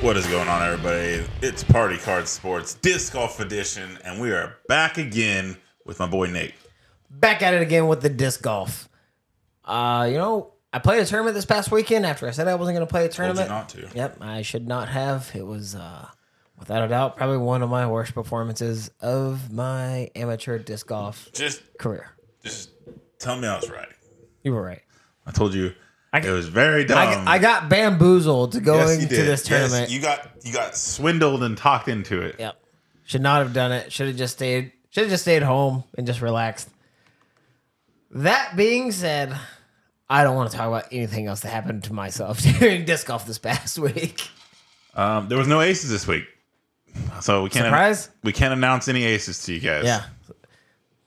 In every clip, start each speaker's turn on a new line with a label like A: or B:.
A: What is going on, everybody? It's Party Card Sports Disc Golf Edition, and we are back again with my boy Nate.
B: back at it again with the disc golf. Uh, you know, I played a tournament this past weekend after I said I wasn't going to play a
A: Told you
B: tournament.
A: not to.
B: Yep, I should not have. It was, uh, without a doubt, probably one of my worst performances of my amateur disc golf
A: Just,
B: career.
A: just tell me I was right.
B: You were right.
A: I told you
B: I-
A: it was very dumb.
B: I, I got bamboozled to
A: Um, Yes,
B: going
A: you
B: to
A: did.
B: this
A: Yes,
B: tournament.
A: you got, you got swindled and talked into it.
B: Yep. Should not have done it. Should have just stayed. Should have just stayed home and just relaxed. That being said, I don't want to talk about anything else that happened to myself during disc golf this past week.
A: Um, there was no aces this week, so we can't
B: Surprise?
A: we can't announce any aces to you guys.
B: Yeah.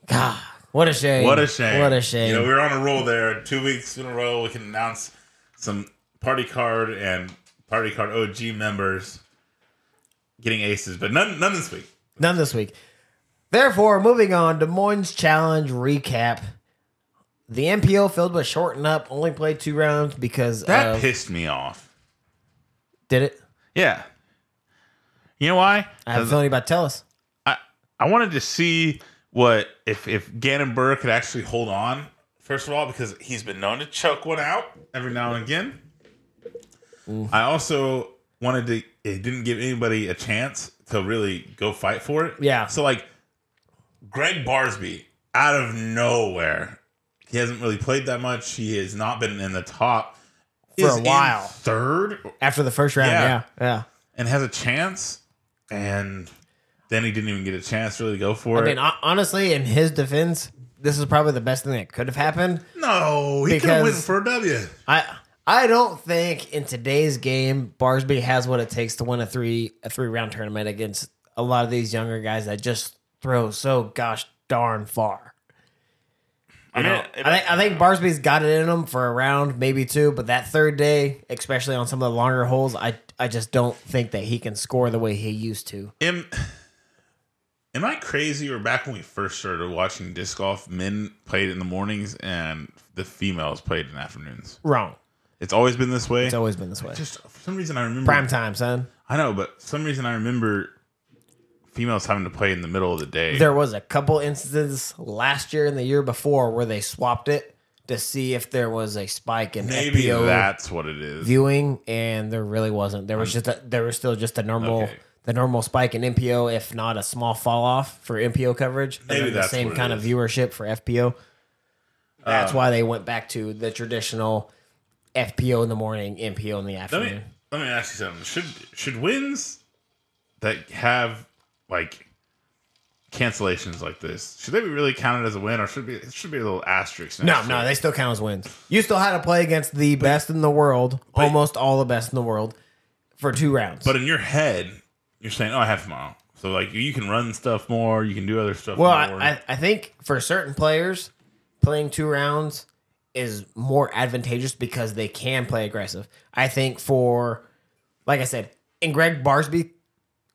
B: God, what a shame.
A: What a shame.
B: What a shame.
A: You know, we were on a roll there. Two weeks in a row, we can announce some party card and party card OG members getting aces, but none none this week.
B: None this week. Therefore, moving on, Des Moines Challenge recap. The MPO filled with short and up, only played two rounds because
A: That
B: of,
A: pissed me off.
B: did it.
A: Yeah. You know why?
B: I have a feeling about tell us.
A: I, I wanted to see what if if Gannon Burr could actually hold on. First of all, because he's been known to choke one out every now and again. I also wanted to. It didn't give anybody a chance to really go fight for it.
B: Yeah.
A: So like, Greg Barsby out of nowhere. He hasn't really played that much. He has not been in the top
B: For a
A: Is in
B: while.
A: Third
B: After the first round,
A: Yeah.
B: yeah. yeah.
A: and has a chance, and then he didn't even get a chance really to go for
B: I
A: it.
B: mean, hon- honestly, in his defense, this is probably the best thing that could have happened.
A: No, he could
B: Because-
A: have went for a W.
B: I I don't think in today's game Barsby has what it takes to win a three a three round tournament against a lot of these younger guys that just throw so gosh darn far.
A: I
B: You know, I think I think Barsby's got it in him for a round, maybe two, but that third day, especially on some of the longer holes, I I just don't think that he can score the way he used to.
A: am, am I crazy or back when we first started watching disc golf, men played in the mornings and the females played in afternoons.
B: Wrong.
A: It's always been this way.
B: It's always been this way.
A: Just for some reason I remember
B: Prime time, son.
A: I know, but for some reason I remember females having to play in the middle of the day.
B: There was a couple instances last year and the year before where they swapped it to see if there was a spike in
A: Maybe
B: FPO
A: that's what it is.
B: viewing, and there really wasn't. There was just a, there was still just a normal
A: Um, Okay.
B: the normal spike in MPO, if not a small fall off for MPO coverage. and
A: Maybe
B: then
A: that's
B: the same
A: what it
B: kind
A: is. Uh,
B: of viewership for FPO. That's why they went back to the traditional FPO in the morning, MPO in the
A: let
B: afternoon.
A: me let me ask you something. Should should wins that have like cancellations like this should they be really counted as a win or should be it should be a little asterisk?
B: No,
A: next to
B: no,
A: it?
B: they still count as wins. You still had to play against the best in the world, almost all the best in the world, for two rounds.
A: But in your head, you're saying, "Oh, I have tomorrow." So like you can run stuff more, you can do other stuff.
B: well,
A: more.
B: I, I- I think for certain players, playing two rounds is more advantageous because they can play aggressive. I think for, like I said, in Greg Barsby,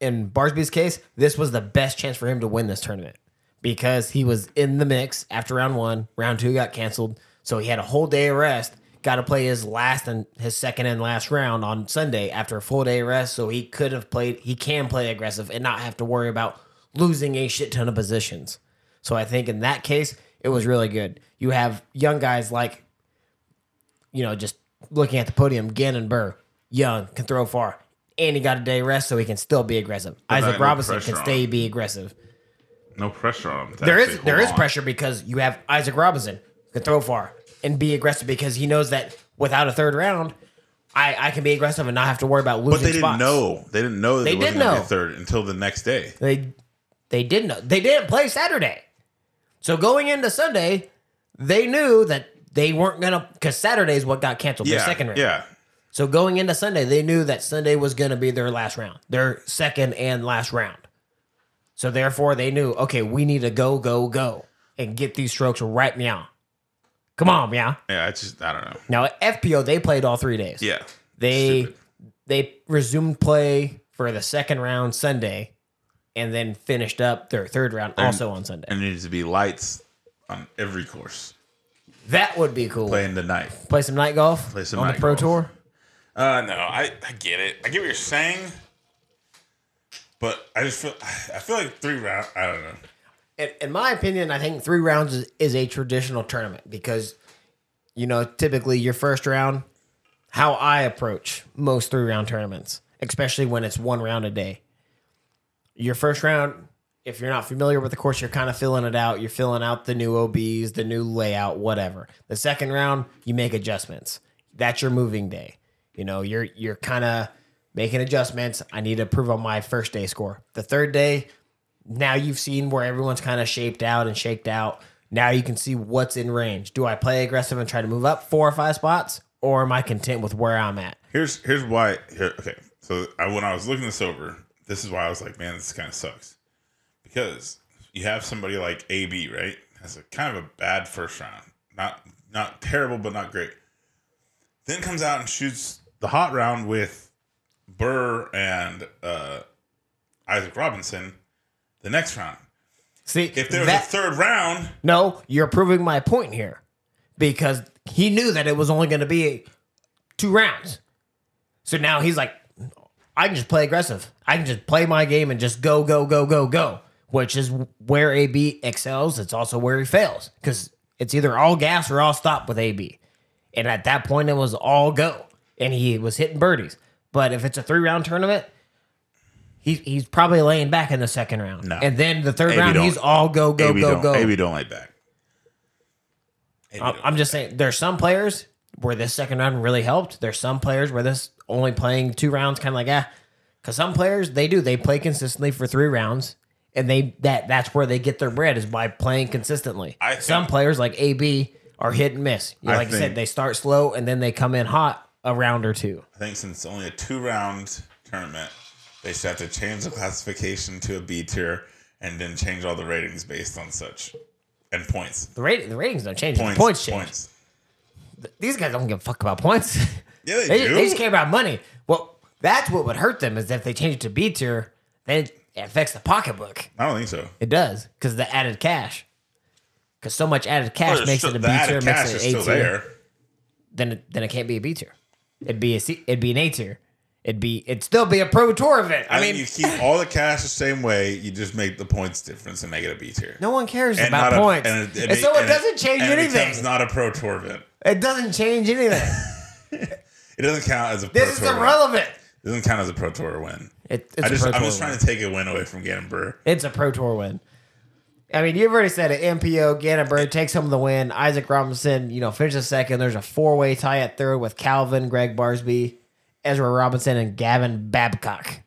B: in Barsby's case, this was the best chance for him to win this tournament because he was in the mix after round one. Round two got canceled, so he had a whole day of rest. Got to play his last and his second and last round on Sunday after a full day of rest, so he could have played. He can play aggressive and not have to worry about losing a shit ton of positions. So I think in that case, it was really good. You have young guys like you know, just looking at the podium, Gannon Burr, young, can throw far. And he got a day rest, so he can still be aggressive.
A: no
B: Isaac Robinson
A: pressure
B: can
A: on
B: stay be aggressive.
A: no pressure on them. to
B: There
A: actually
B: is
A: hold
B: there is
A: on.
B: pressure because you have Isaac Robinson who can throw far and be aggressive because he knows that without a third round, I, I can be aggressive and not have to worry about losing.
A: But they didn't
B: spots.
A: know. They didn't know that
B: They
A: they wasn't
B: did
A: going to
B: know.
A: be third until the next day.
B: They they didn't know. They didn't play Saturday. So going into Sunday, they knew that they weren't gonna because Saturday is what got canceled.
A: Yeah,
B: their second round.
A: yeah.
B: So going into Sunday, they knew that Sunday was going to be their last round, their second and last round. So therefore, they knew, okay, we need to go, go, go, and get these strokes right now. Come on, yeah.
A: Yeah, it's just I don't know.
B: Now at FPO, they played all three days.
A: Yeah,
B: they
A: Stupid.
B: they resumed play for the second round Sunday, and then finished up their third round also on Sunday.
A: and there needs to be lights on every course
B: That would be cool. Play,
A: playing the night.
B: some night golf
A: Play some
B: on
A: night
B: the pro
A: golf.
B: tour.
A: Uh, no, I, I get it. I get what you're saying, but I just feel I feel like three round. I don't know.
B: in, in my opinion, I think three rounds is, is a traditional tournament because, you know, typically your first round, how I approach most three round tournaments, especially when it's one round a day. Your first round, if you're not familiar with the course, you're kind of filling it out. You're filling out the new OBs, the new layout, whatever. The second round, you make adjustments. That's your moving day. You know, you're you're kind of making adjustments. I need to improve on my first day score. The third day, now you've seen where everyone's kind of shaped out and shaked out. Now you can see what's in range. Do I play aggressive and try to move up four or five spots, or am I content with where I'm at?
A: Here's here's why. Here, okay, so I, when I was looking this over, this is why I was like, man, this kind of sucks, because you have somebody like AB, right? Has a kind of a bad first round, not not terrible, but not great. Then comes out and shoots the hot round with Burr and uh, Isaac Robinson. The next round,
B: See,
A: if there was
B: that-
A: a third round,
B: no, you're proving my point here because he knew that it was only going to be two rounds. So now he's like, I can just play aggressive. I can just play my game and just go, go, go, go, go, which is where AB excels. It's also where he fails because it's either all gas or all stop with AB. And at that point, it was all go, and he was hitting birdies. But if it's a three round tournament, he, he's probably laying back in the second round.
A: No.
B: And then the 3rd
A: AB
B: round,
A: don't.
B: he's all go, go,
A: AB
B: go,
A: don't,
B: go.
A: AB don't lay back. AB
B: I-
A: don't.
B: I'm just saying there's some players where this second round really helped. There's some players where this only playing two rounds kind of like ah, because some players they do they play consistently for three rounds and they that that's where they get their bread is by playing consistently.
A: I think-
B: some players like AB are hit and miss. You know,
A: I
B: like I
A: think-
B: said, they start slow and then they come in hot a round or two.
A: I think since it's only a two round tournament, they should have to change the classification to a B tier and then change all the ratings based on such and points.
B: The rating the ratings don't change.
A: Points.
B: the points change.
A: Points.
B: These guys don't give a fuck about points.
A: Yeah, they,
B: They,
A: do.
B: ju- they just care about money. Well, that's what would hurt them is if they change it to B tier, then it affects the pocketbook.
A: I don't think so.
B: It does because the added cash. Because so much added cash
A: There's
B: makes
A: still-
B: it a B
A: the added
B: tier,
A: cash is
B: makes it an
A: still
B: A tier.
A: there.
B: Then it, then it can't be a B tier. It'd be a C. It'd be an A tier. It'd be it'd still be a pro tour event. I,
A: I, mean,
B: mean,
A: you keep all the cash the same way. You just make the points difference and make it a B tier.
B: no one cares about points,
A: and,
B: and,
A: it-
B: so it
A: and
B: doesn't change
A: and It
B: anything.
A: becomes not a pro tour event.
B: it doesn't change anything.
A: It doesn't count as a.
B: This is
A: pro tour Win.
B: irrelevant.
A: It doesn't count as a pro tour win.
B: It, it's
A: I
B: a
A: just,
B: pro
A: I'm
B: tour
A: just
B: win.
A: trying to take a win away from Gannon Burr.
B: It's a pro tour win. I mean, you've already said it. MPO, Gannonburg takes home the win. Isaac Robinson, you know, finishes second. There's a four way tie at third with Calvin, Greg Barsby, Ezra Robinson, and Gavin Babcock.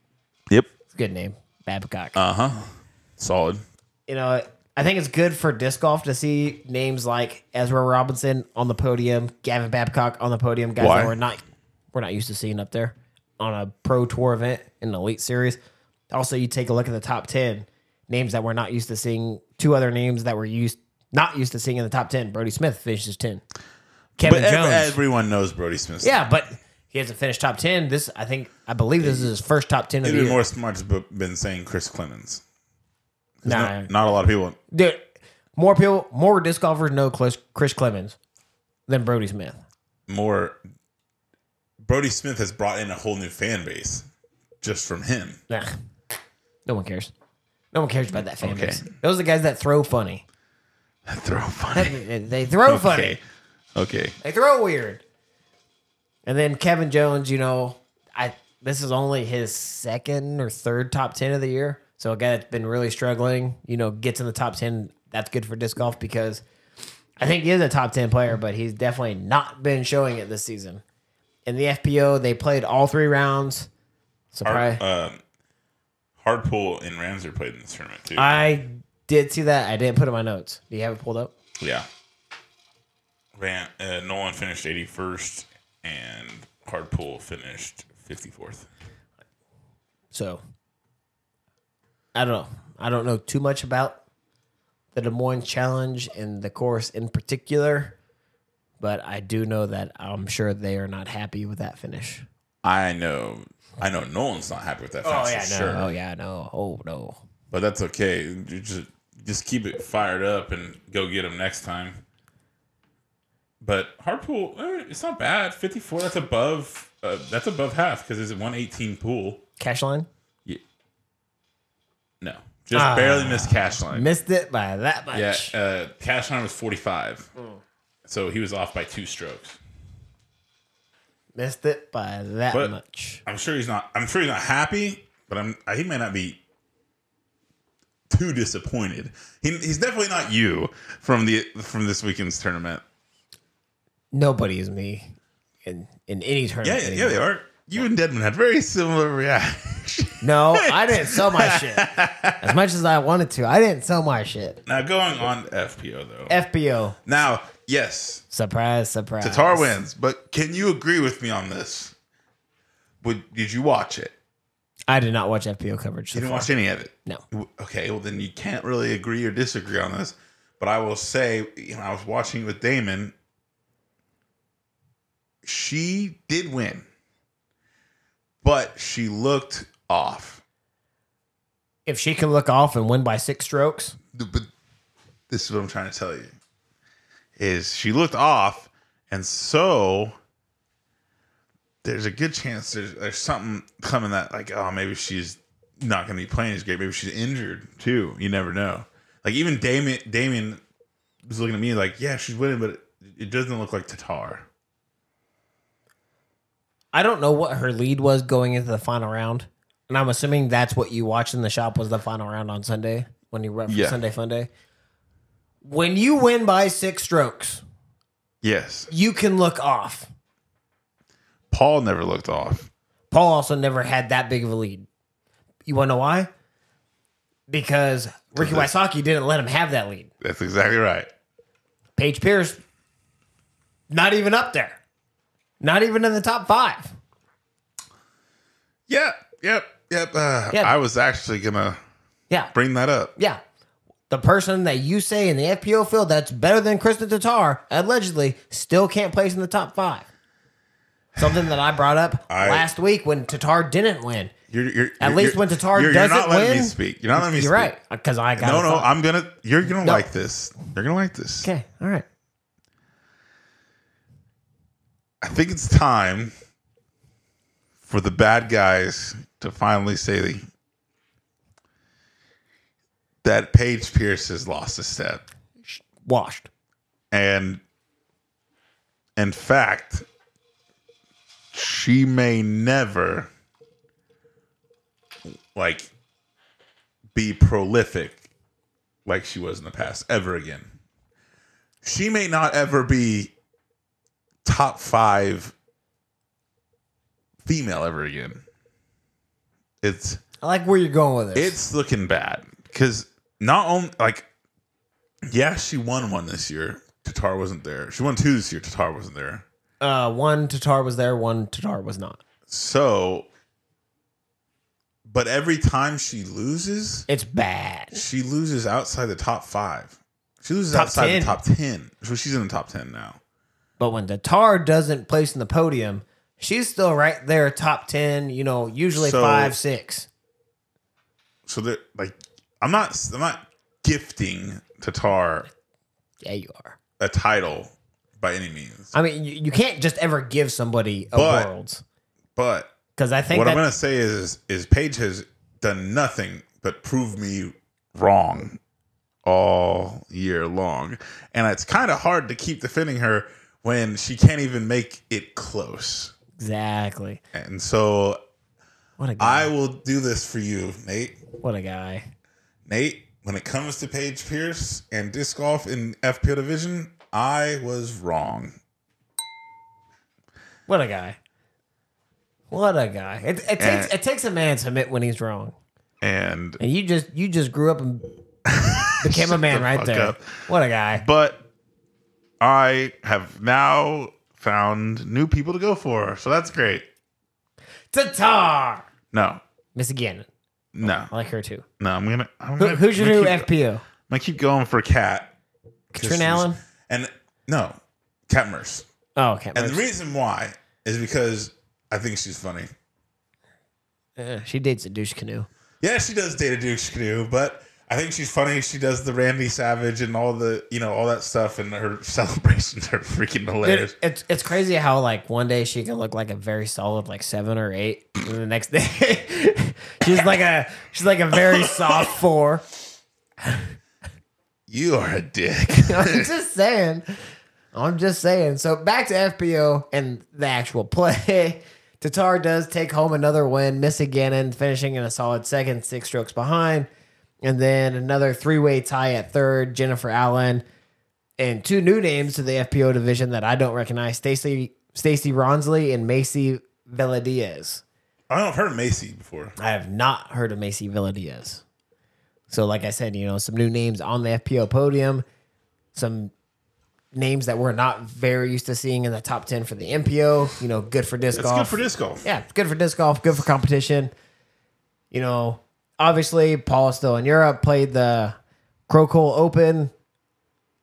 A: Yep.
B: It's a good name, Babcock.
A: Uh huh. Solid.
B: you know, I think it's good for disc golf to see names like Ezra Robinson on the podium, Gavin Babcock on the podium, guys
A: Why?
B: that we're not we're not used to seeing up there on a pro tour event in an elite series. Also, you take a look at the top ten names that we're not used to seeing. Two other names that we're used not used to seeing in the top ten. Brody Smith finishes ten. Kevin
A: But ev-
B: Jones.
A: everyone knows Brody Smith.
B: yeah, but he hasn't finished top ten. This I think I believe this is his first top ten of the
A: It'd be
B: year.
A: more smart to bu- been saying Chris Clemens. 'Cause
B: Nah.
A: no- not a lot of people.
B: Dude, more people, more disc golfers know Chris, Chris Clemens than Brody Smith.
A: More. Brody Smith has brought in a whole new fan base just from him.
B: Nah, no one cares. No one cares about that fan base. Those are the guys that throw funny.
A: Throw funny.
B: They, they throw funny.
A: Okay. Okay.
B: They throw weird. And then Kevin Jones, you know, I this is only his second or third top ten of the year. So a guy that's been really struggling, you know, gets in the top ten. That's good for disc golf because I think he is a top ten player, but he's definitely not been showing it this season. In the FPO, they played all three rounds. Surprise!
A: Hard, um, Hardpool and Ramser played in this tournament too.
B: I did see that. I didn't put it in my notes. Do you have it pulled up?
A: yeah. Ran, uh, Nolan finished 81st and Hardpool finished 54th.
B: So I don't know. I don't know too much about the Des Moines Challenge and the course in particular, but I do know that I'm sure they are not happy with that finish.
A: I know. I know Nolan's not happy with that. finish for sure.
B: Oh yeah, no. Oh no.
A: But that's okay. You just just keep it fired up and go get them next time. But Harpool, eh, it's not bad. Fifty four. That's above Uh, that's above half because it's a 118 pool.
B: Cash line
A: No, just
B: Ah.
A: barely missed cash line.
B: missed it by that much.
A: yeah, uh, cash line was 45.
B: Mm.
A: So he was off by two strokes.
B: Missed it by that
A: But-
B: much.
A: I'm sure he's not. I'm sure he's not happy, but I'm. He may not be too disappointed. He, he's definitely not you from the from this weekend's tournament.
B: Nobody is me in in any
A: Yeah,
B: tournament.
A: yeah,
B: anymore.
A: they are. You and Deadman had very similar reactions.
B: No, I didn't sell my shit as much as I wanted to. I didn't sell my shit.
A: now going on to FPO though.
B: FBO.
A: now, yes,
B: Surprise, surprise.
A: Tatar wins, but can you agree with me on this? Would did you watch it?
B: I did not watch FBO coverage.
A: You
B: so
A: didn't
B: far.
A: watch any of it.
B: No.
A: Okay, well then you can't really agree or disagree on this. But I will say, you know, I was watching it with Damon. She did win, but she looked off.
B: If she can look off and win by six strokes,
A: But this is what I'm trying to tell you: is she looked off, and so there's a good chance there's, there's something coming that like, oh, maybe she's not going to be playing as great. Maybe she's injured too. You never know. Like even Damien, Damien was looking at me like, yeah, she's winning, but it, it doesn't look like Tatar.
B: I don't know what her lead was going into the final round, and I'm assuming that's what you watched in the shop was the final round on Sunday when you rep for
A: Yeah.
B: Sunday Funday. When you win by six strokes,
A: Yes,
B: you can look off.
A: Paul never looked off.
B: Paul also never had that big of a lead. You want to know why? Because Ricky
A: Because
B: Wysocki didn't let him have that lead.
A: That's exactly right.
B: Paige Pierce, not even up there, not even in the top five.
A: Yep, yep, yep. Uh,
B: Yeah.
A: I was actually gonna
B: Yeah,
A: bring that up.
B: yeah. The person that you say in the FPO field that's better than Kristen Tatar, allegedly, still can't place in the top five. Something that I brought up
A: I-
B: last week when Tatar didn't win.
A: You're, you're,
B: At
A: you're-
B: least when Tatar
A: you're,
B: doesn't
A: you're not letting
B: win,
A: me speak. You're not letting me
B: You're
A: speak.
B: right, because I got
A: No,
B: it
A: no,
B: fucked.
A: I'm gonna. You're gonna like this. You're gonna like this.
B: okay. All right.
A: I think it's time for the bad guys to finally say that Paige Pierce has lost a step,
B: Washed.
A: and in fact, she may never like be prolific like she was in the past ever again. She may not ever be top five female ever again. It's
B: I like where you're going with this.
A: it's looking bad because not only like yeah she won one this year. Tatar wasn't there. She won two this year. Tatar wasn't there.
B: Uh, one Tatar was there, one Tatar was not.
A: So, but every time she loses,
B: It's bad.
A: she loses outside the top five. She loses
B: Top
A: outside
B: 10.
A: the top ten. So she's in the top ten now.
B: But when Tatar doesn't place in the podium, she's still right there, top 10, you know, usually
A: So-
B: five, six.
A: So they're like, I'm not, I'm not gifting Tatar
B: Yeah, you are.
A: a title by any means.
B: I mean, you, you can't just ever give somebody a
A: But-
B: world.
A: But
B: Because I think
A: what
B: that,
A: I'm gonna say is, is Paige has done nothing but prove me wrong all year long, and it's kind of hard to keep defending her when she can't even make it close.
B: exactly.
A: And so
B: What a guy.
A: I will do this for you, Nate.
B: what a guy.
A: Nate, when it comes to Paige Pierce and disc golf in FPO division, I was wrong.
B: What a guy. What a guy. It,
A: Eh.
B: it takes it takes a man to admit when he's wrong.
A: And
B: And you just you just grew up and became a man
A: the
B: right
A: fuck
B: there.
A: up.
B: What a guy.
A: but I have now found new people to go for, so that's great.
B: Tatar.
A: No,
B: Miss Gannon.
A: no,
B: I like her too.
A: no. I'm gonna. I'm
B: Who,
A: gonna
B: who's your
A: I'm
B: new
A: gonna keep,
B: FPO?
A: I'm gonna keep going for Cat
B: Katrina Allen?
A: and no, Cat Merce.
B: Oh, okay.
A: And the reason why is because I think she's funny.
B: Uh, she dates a douche canoe.
A: Yeah, she does date a Duke Canoe, but I think she's funny. She does the Randy Savage and all the you know all that stuff, and her celebrations are freaking hilarious.
B: Dude, it's it's crazy how like one day she can look like a very solid like seven or eight, and the next day she's like a she's like a very soft four.
A: You are a dick.
B: I'm just saying. I'm just saying. So back to FPO and the actual play. Tatar does take home another win, miss again, and finishing in a solid second, six strokes behind. And then another three way tie at third, Jennifer Allen, and two new names to the FPO division that I don't recognize Stacy Stacy Ronsley and Macy Villadiaz.
A: I don't know, I've heard of Macy before.
B: I have not heard of Macy Villadiaz. So, like I said, you know, some new names on the FPO podium, some names that we're not very used to seeing in the top 10 for the MPO. You know, good for disc
A: It's
B: golf.
A: good for disc golf.
B: yeah, it's good for disc golf, good for competition. You know, obviously, Paul is still in Europe, played the Crocole Open.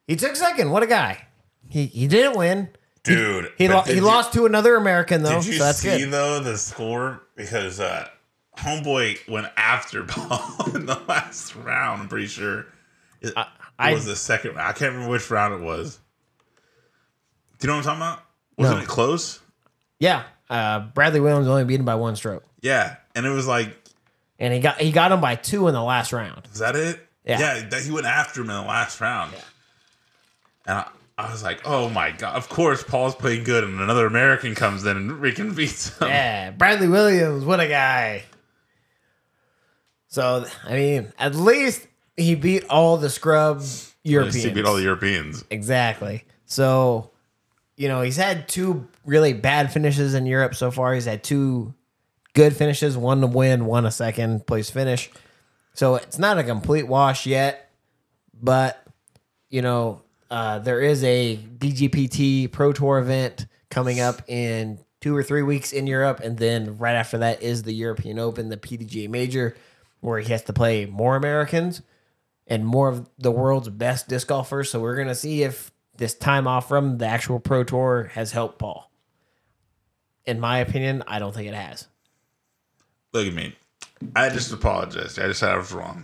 B: He took second. What a guy. He, he didn't win.
A: dude.
B: He,
A: but
B: lo-
A: did
B: he
A: you-
B: lost to another American, though.
A: Did you
B: Oh, So that's
A: see
B: good.
A: though the score because uh, homeboy went after Paul in the last round. I'm pretty sure it,
B: I-
A: it was the second. round. I can't remember which round it was. Do you know what I'm talking about? Wasn't
B: No.
A: it close?
B: Yeah. Uh, Bradley Williams only beaten by one stroke.
A: Yeah, and it was like,
B: and he got he got him by two in the last round.
A: is that it?
B: Yeah.
A: that he went after him in the last round, and I, I was like, oh my god! Of course, Paul's playing good, and another American comes in and freaking beats him.
B: Yeah, Bradley Williams, what a guy! So I mean, at least he beat all the scrub Europeans.
A: He beat all the Europeans.
B: exactly. So you know he's had two really bad finishes in Europe so far. He's had two good finishes, one to win, one a second place finish. So it's not a complete wash yet, but you know, uh, there is a DGPT Pro Tour event coming up in two or three weeks in Europe, and then right after that is the European Open, the PDGA Major, where he has to play more Americans and more of the world's best disc golfers. So we're gonna see if this time off from the actual Pro Tour has helped Paul. In my opinion, I don't think it has.
A: Look at me. I just apologized. I just said I was wrong.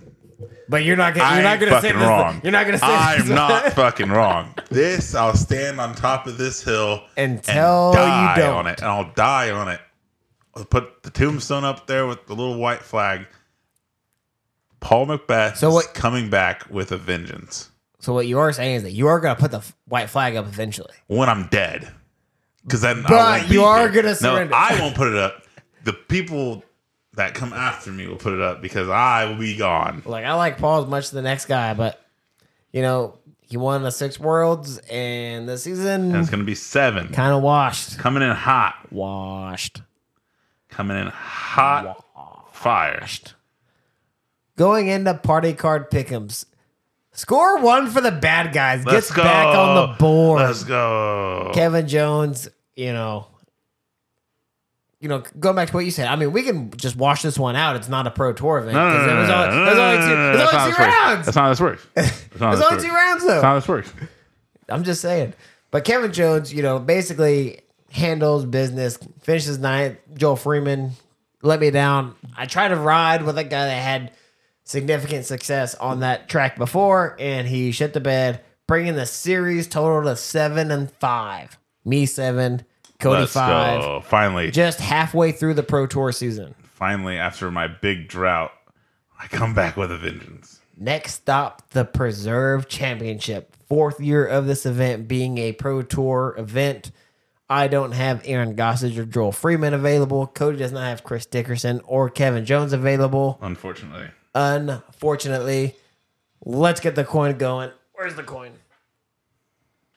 B: But you're not gonna
A: I
B: you're not
A: ain't
B: gonna say
A: fucking
B: this.
A: wrong.
B: You're not gonna say
A: I'm
B: this-
A: not fucking wrong. This I'll stand on top of this hill
B: Until you
A: die
B: don't.
A: on it, and I'll die on it. I'll put the tombstone up there with the little white flag. Paul Macbeth
B: So what-
A: is coming back with a vengeance
B: So what you are saying is that you are gonna put the f- white flag up eventually.
A: when I'm dead. Because then, I
B: But
A: won't be
B: you are
A: here.
B: gonna surrender.
A: No, I won't put it up. The people that come after me will put it up because I will be gone.
B: Like I like Paul as much as the next guy, but you know he won the six worlds and the
A: And
B: season
A: it's gonna be seven
B: kind of washed,
A: coming in hot.
B: washed,
A: coming in hot fire.
B: washed. Going into party card pickems, score one for the bad guys.
A: Let's
B: gets
A: go.
B: back on the board.
A: Let's go.
B: Kevin Jones, you know, you know, going back to what you said. I mean, we can just wash this one out. It's not a pro tour event.
A: No, no,
B: 'cause
A: no,
B: it
A: no,
B: was
A: no,
B: only-
A: no,
B: it was
A: no,
B: only
A: no,
B: two-
A: no, no,
B: it was
A: that's
B: only
A: not how
B: two
A: this works.
B: rounds.
A: That's not how this works. That's not how
B: It's
A: this
B: only
A: works.
B: two rounds
A: That's not
B: though.
A: how this works.
B: I'm just saying. But Kevin Jones, you know, basically handles business, finishes ninth. Joel Freeman let me down. I tried to ride with a guy that had significant success on that track before, and he shit the bed, bringing the series total to seven and five. Me seven, Cody
A: Let's
B: five.
A: go. Finally,
B: Just halfway through the Pro Tour season.
A: finally, after my big drought, I come back with a vengeance.
B: Next stop, the Preserve Championship. Fourth year of this event being a Pro Tour event. I don't have Aaron Gossage or Joel Freeman available. Cody does not have Chris Dickerson or Kevin Jones available.
A: Unfortunately,
B: Unfortunately, let's get the coin going. Where's the coin?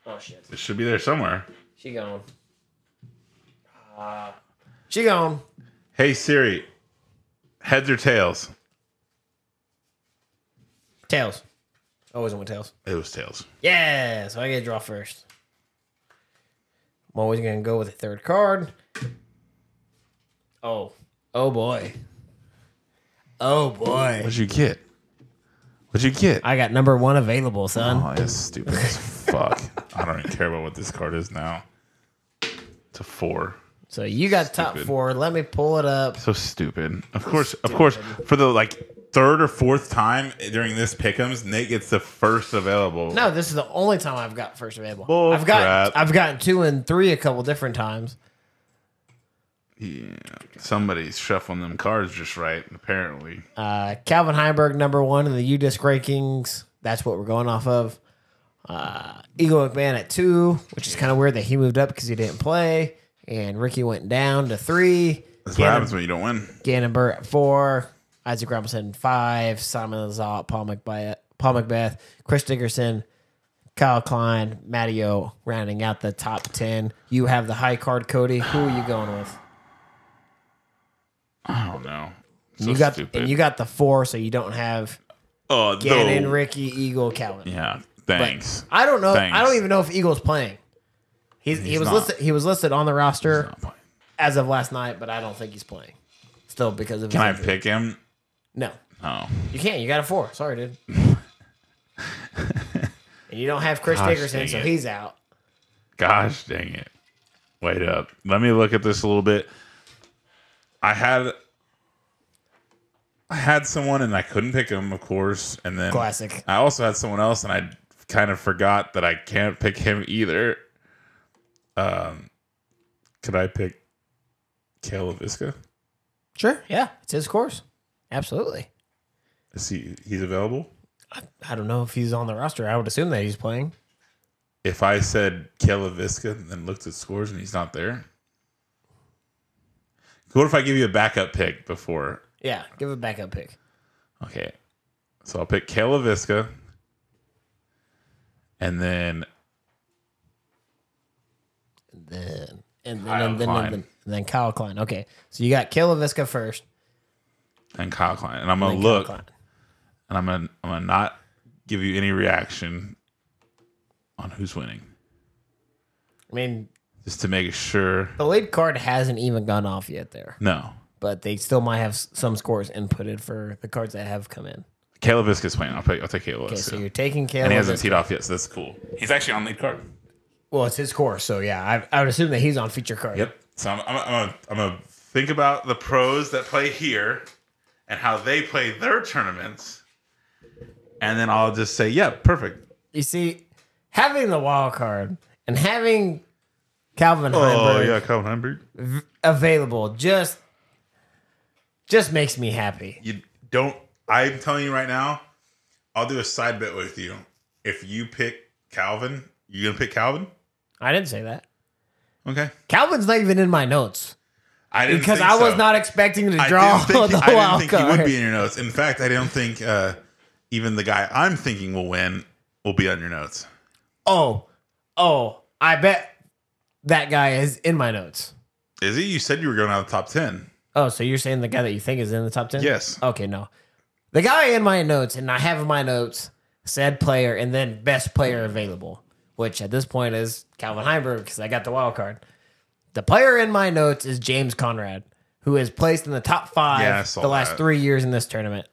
B: Oh shit,
A: it should be there somewhere.
B: she gone. Uh, she gone.
A: Hey Siri, heads or tails?
B: Tails. Always went tails.
A: It was tails.
B: Yeah, so I get to draw first. I'm always gonna go with the third card. Oh, oh boy, oh boy!
A: What'd you get? What'd you get?
B: I got number one available, son.
A: Oh, that's stupid as fuck. I don't even care about what this card is now. It's a four.
B: So you got top
A: Stupid.
B: four. Let me pull it up.
A: So stupid. Of course, of course, for the like third or fourth time during this pickums, Nate gets the first available.
B: No, this is the only time I've got first available.
A: Bull
B: I've got
A: crap.
B: I've gotten two and three a couple different times.
A: Yeah. Somebody's shuffling them cards just right, apparently.
B: Uh, Calvin Heinberg number one in the U disc rankings. That's what we're going off of. Uh, Eagle McMahon at two, which is kind of weird that he moved up because he didn't play, and Ricky went down to three.
A: That's what
B: Gannon-
A: happens when you don't win.
B: Gannon Burr at four, Isaac Robinson five, Simon Lazat, Paul McBeth, Paul Macbeth, Chris Dickerson, Kyle Klein, Matteo rounding out the top ten. You have the high card, Cody. Who are you going with?
A: I don't know. So
B: you got
A: stupid.
B: and you got the four, so you don't have
A: oh,
B: Gannon,
A: though-
B: Ricky, Eagle, Calvin.
A: Yeah.
B: But
A: Thanks.
B: I don't know.
A: Thanks.
B: I don't even know if Eagle's playing. He's, he
A: He's
B: was
A: not.
B: listed. He was listed on the roster
A: Not playing.
B: as of last night, but I don't think he's playing. Still because of
A: Can
B: his
A: I
B: injury.
A: pick him?
B: No,
A: Oh.
B: you can't. You got a four. Sorry, dude. and you don't have Chris
A: Gosh,
B: Dickerson,
A: dang
B: so
A: it.
B: he's out.
A: Gosh dang it. Wait up. Let me look at this a little bit. I had I had someone and I couldn't pick him, of course. And then
B: Classic.
A: I also had someone else and I kind of forgot that I can't pick him either. Um could I pick Kale Laviska?
B: Sure. Yeah, it's his course. Absolutely.
A: Is he he's available?
B: I don't know if he's on the roster. I would assume that he's playing.
A: If I said Kale Laviska and then looked at scores and he's not there. What if I give you a backup pick before
B: Yeah, give a backup pick.
A: Okay. So I'll pick Kayla Visca. And then
B: Then and then
A: Kyle
B: and then,
A: Klein.
B: and then, and then Kyle Klein. Okay, so you got Kilaviska first.
A: and Kyle Klein. And I'm gonna
B: then Kyle
A: look
B: Klein.
A: and I'm gonna I'm gonna not give you any reaction on who's winning.
B: I mean,
A: Just to make sure.
B: The lead card hasn't even gone off yet there,
A: No.
B: but they still might have s- some scores inputted for the cards that have come in.
A: Kayla Visca's playing. I'll pick I'll take Kayla
B: Okay,
A: Visca.
B: so you're taking Caleb.
A: and he hasn't teed off yet, so that's cool. He's actually on lead card.
B: well, it's his core, so yeah, I, I would assume that he's on feature card.
A: Yep. So I'm I'm I'm gonna, I'm gonna think about the pros that play here and how they play their tournaments. And then I'll just say, yeah, perfect.
B: You see, having the wild card and having Calvin
A: Oh
B: Heinberg
A: yeah, Calvin Heinberg.
B: available just just makes me happy.
A: You don't. I'm telling you right now. I'll do a side bet with you. If you pick Calvin, you gonna pick Calvin?
B: I didn't say that.
A: Okay.
B: Calvin's not even in my notes
A: I didn't
B: because
A: think
B: I was
A: so.
B: not expecting to
A: I
B: draw
A: didn't think,
B: the
A: I didn't
B: wild
A: think
B: card.
A: he would be in your notes. In fact, I don't think uh, even the guy I'm thinking will win will be on your notes.
B: oh, oh, I bet that guy is in my notes.
A: Is he? You said you were going out of the top ten.
B: Oh, so you're saying the guy that you think is in the top 10?
A: Yes.
B: Okay, no. The guy in my notes, and I have in my notes, said player and then best player available, which at this point is Calvin Heinberg because I got the wild card. The player in my notes is James Conrad, who is placed in the top five
A: Yeah, I saw
B: the last
A: that.
B: three years in this tournament.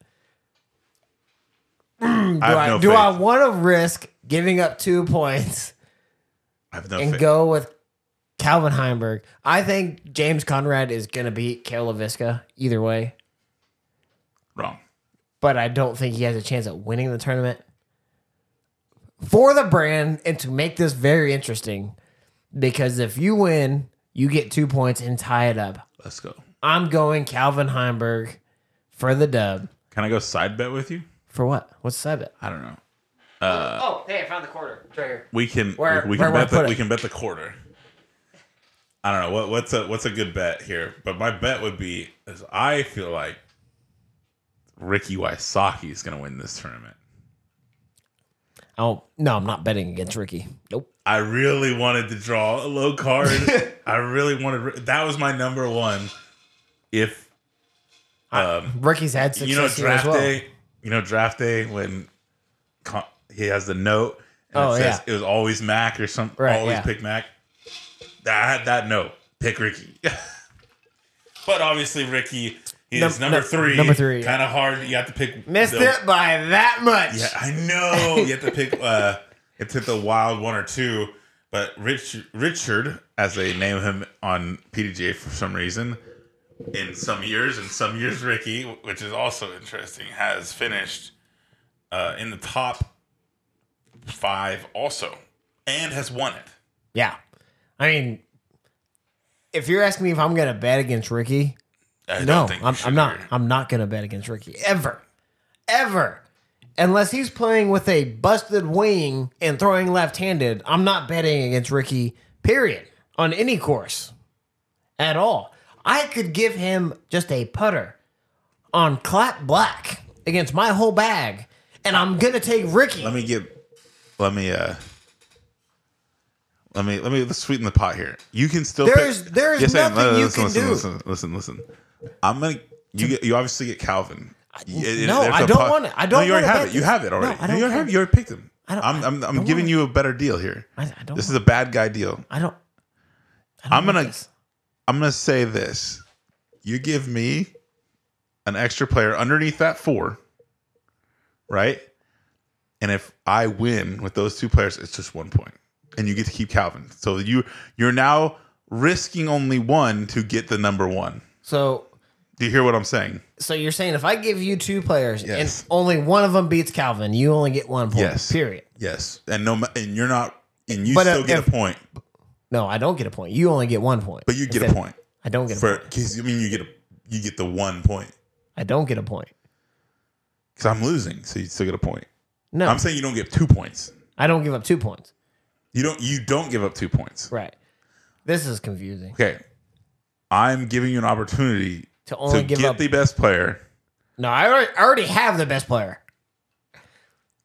A: I
B: Do
A: have
B: I,
A: no
B: do
A: faith.
B: I want to risk giving up two points
A: I have no
B: and
A: faith.
B: go with Calvin Heinberg? I think James Conrad is going to beat Kale LaVisca either way.
A: Wrong.
B: but I don't think he has a chance at winning the tournament. For the brand and to make this very interesting, because if you win, you get two points and tie it up.
A: Let's go.
B: I'm going Calvin Heinberg for the dub.
A: Can I go side bet with you?
B: For what? What's the bet?
A: I don't know. Uh,
B: oh, hey, I found the quarter. It's right here.
A: We can
B: Where-
A: we
B: where
A: can
B: would I
A: bet the,
B: put it?
A: we can bet the quarter. I don't know what what's a what's a good bet here, but my bet would be is I feel like Ricky Wysocki is going to win this tournament.
B: Oh no, I'm not betting against Ricky. Nope.
A: I really wanted to draw a low card. I really wanted that was my number one. If um,
B: Ricky's had success
A: you know
B: here as
A: draft
B: well.
A: day, you know draft day when con- he has the note. And
B: Oh,
A: it says it
B: yeah.
A: was always Mac or something.
B: Right,
A: always
B: yeah.
A: pick Mac. That that note, pick Ricky. but obviously Ricky, he's
B: Num-
A: number
B: num-
A: three.
B: number three, yeah.
A: kind of hard. You have to pick.
B: Missed
A: the-
B: it by that much.
A: Yeah, I know. you have to pick. Uh, it's hit the wild one or two. But Rich Richard, as they name him on PDGA for some reason, in some years, and some years Ricky, which is also interesting, has finished uh, in the top five also, and has won it.
B: Yeah. I mean, if you're asking me if I'm going to bet against Ricky,
A: I
B: no,
A: don't think you
B: I'm,
A: should
B: I'm not.
A: worry.
B: I'm not going to bet against Ricky ever, ever, unless he's playing with a busted wing and throwing left-handed. I'm not betting against Ricky. Period. On any course, at all. I could give him just a putter on clap black against my whole bag, and I'm gonna take Ricky.
A: Let me give. Let me. uh let me let me let's sweeten the pot here. You can still
B: There's- there's
A: I am.
B: nothing you can
A: listen,
B: do.
A: Listen, listen, listen. I'm gonna you get, you obviously get Calvin. It- it-
B: no,
A: there's
B: I
A: a
B: don't
A: po-
B: want it. I don't
A: No, you already
B: wanna
A: have
B: bet
A: it. You
B: this.
A: have it
B: No,
A: already.
B: I
A: No,
B: don't
A: you already
B: want-
A: have. You already picked him.
B: I don't-
A: I'm I'm,
B: I
A: I'm
B: don't
A: giving
B: want-
A: you a better deal here.
B: I, I don't.
A: This is a bad guy deal.
B: I don't. I
A: I'm
B: want
A: gonna-
B: this.
A: I'm gonna say this. You give me an extra player underneath that four, right? And if I win with those two players, it's just one point, and you get to keep Calvin. So you you're now risking only one to get the number one.
B: So,
A: Do you hear what I'm saying?
B: so you're saying if I give you two players
A: Yes.
B: and only one of them beats Calvin, you only get one point.
A: Yes.
B: Period.
A: Yes. And no, ma- and you're not, and you
B: But, uh,
A: still get
B: if-
A: a point,
B: No, I don't get a point. You only get one point.
A: but you get a
B: Instead-
A: point
B: I don't get a
A: for
B: point.
A: because I mean you get a you get the one point
B: I don't get a point.
A: because I'm losing, so you still get a point.
B: No,
A: I'm saying you don't get two points.
B: I don't give up two points.
A: You don't you don't give up two points.
B: Right. This is confusing.
A: Okay. I'm giving you an opportunity
B: To
A: to
B: only give
A: get
B: up.
A: the best player.
B: no, I already, I already have the best player.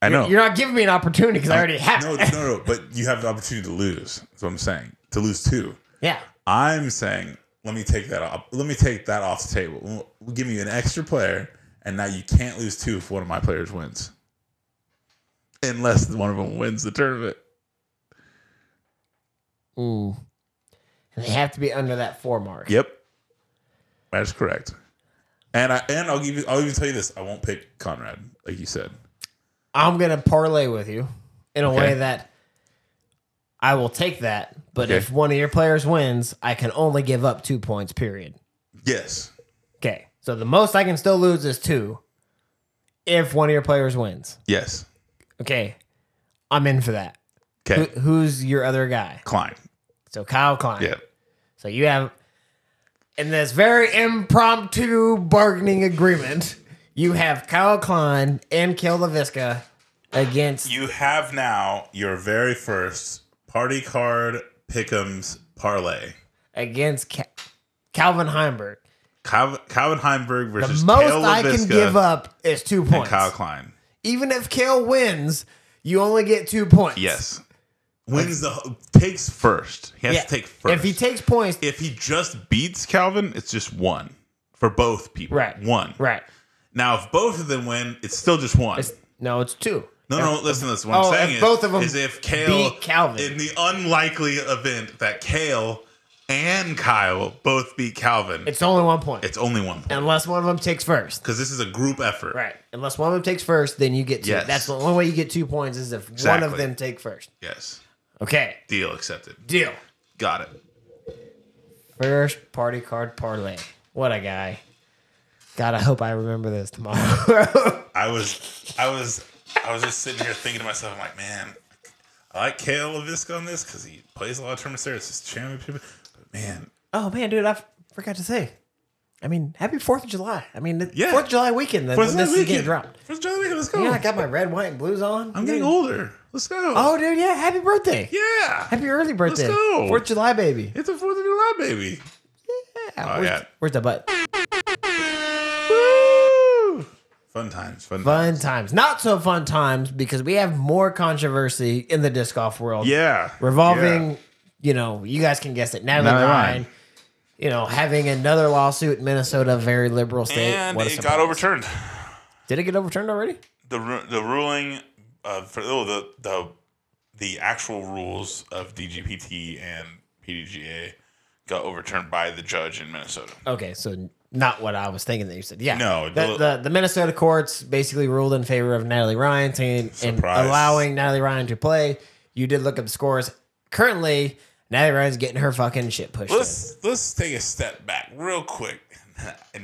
A: I know.
B: You're not giving me an opportunity because I already have.
A: no,
B: it.
A: no, no, but you have the opportunity to lose. That's what I'm saying. To lose two.
B: yeah.
A: I'm saying let me take that off. Let me take that off the table. We'll give you an extra player, and now you can't lose two if one of my players wins, unless one of them wins the tournament.
B: Mm. And they have to be under that four mark.
A: Yep, that's correct. And I and I'll give you. I'll even tell you this. I won't pick Conrad, like you said.
B: I'm gonna parlay with you in a
A: Okay.
B: way that I will take that. But
A: Okay.
B: if one of your players wins, I can only give up two points. Period.
A: Yes.
B: Okay. So the most I can still lose is two if one of your players wins.
A: Yes.
B: Okay. I'm in for that. Who,
A: Okay.
B: who's your other guy?
A: Klein.
B: So Kyle Klein.
A: Yeah.
B: So you have in this very impromptu bargaining agreement, you have Kyle Klein and Kel LaVisca against
A: You have now your very first party card pick'ems parlay.
B: against Ca- Calvin Heinberg.
A: Calvin, Calvin Heinberg
B: The
A: versus
B: most
A: Kale
B: I can
A: LaVisca
B: give up is two
A: and
B: points.
A: Kyle Klein.
B: Even if Kale wins, you only get two points.
A: Yes. Wins the takes first. He has
B: Yeah.
A: to take first.
B: If he takes points,
A: if he just beats Calvin, it's just one for both people.
B: Right.
A: One.
B: right?
A: Now, if both of them win, it's still just one.
B: It's, no, it's two.
A: no, no, listen to this. What I'm
B: Oh, if
A: saying is,
B: both of them
A: is if Kale,
B: beat Calvin.
A: in the unlikely event that Kale and Kyle both beat Calvin, it's,
B: It's only one point,
A: only one point.
B: unless one of them takes first.
A: Because this is a group effort.
B: Right. Unless one of them takes first, then you get two.
A: Yes.
B: That's the only way you get two points is if one
A: Exactly.
B: of them take first.
A: Yes.
B: Okay.
A: Deal accepted.
B: Deal.
A: Got it.
B: First party card parlay. What a guy. God, I hope I remember this tomorrow.
A: I was, I was, I was just sitting here thinking to myself, I'm like, man, I like Kale LaVisca on this because he plays a lot of tournaments there. It's his championship. But man,
B: oh man, dude, I f- forgot to say. I mean, happy Fourth of July. I mean,
A: Yeah.
B: Fourth of July weekend. Then, when this is getting dropped.
A: First July weekend, let's go.
B: Yeah, I got my red, white, and blues on.
A: I'm getting older. Let's go.
B: Oh, dude, yeah, happy birthday.
A: yeah.
B: Happy early birthday.
A: go.
B: Fourth of July, baby.
A: It's the 4th of July, baby.
B: Yeah,
A: Oh,
B: where's,
A: yeah.
B: where's the butt?
A: Woo! Fun times. Fun, times.
B: Fun times. Not so fun times because we have more controversy in the disc golf world.
A: Yeah.
B: Revolving, you know, you guys can guess it. Natalie
A: Natalie
B: Ryan,
A: Ryan.
B: you know, having another lawsuit in Minnesota, very liberal
A: Yeah.
B: state.
A: And
B: What a
A: it
B: surprise.
A: got overturned.
B: Did it get overturned already?
A: the ru- the ruling uh, for oh, the the the actual rules of DGPT and PDGA got overturned by the judge in Minnesota.
B: Okay, so not what I was thinking that you said. Yeah.
A: No,
B: The,
A: the-
B: the, the Minnesota courts basically ruled in favor of Natalie Ryan saying, and
A: Surprise.
B: allowing Natalie Ryan to play. You did look up the scores. Currently, Natalie Ryan's getting her fucking shit pushed. in.
A: Let's let's take a step back real quick.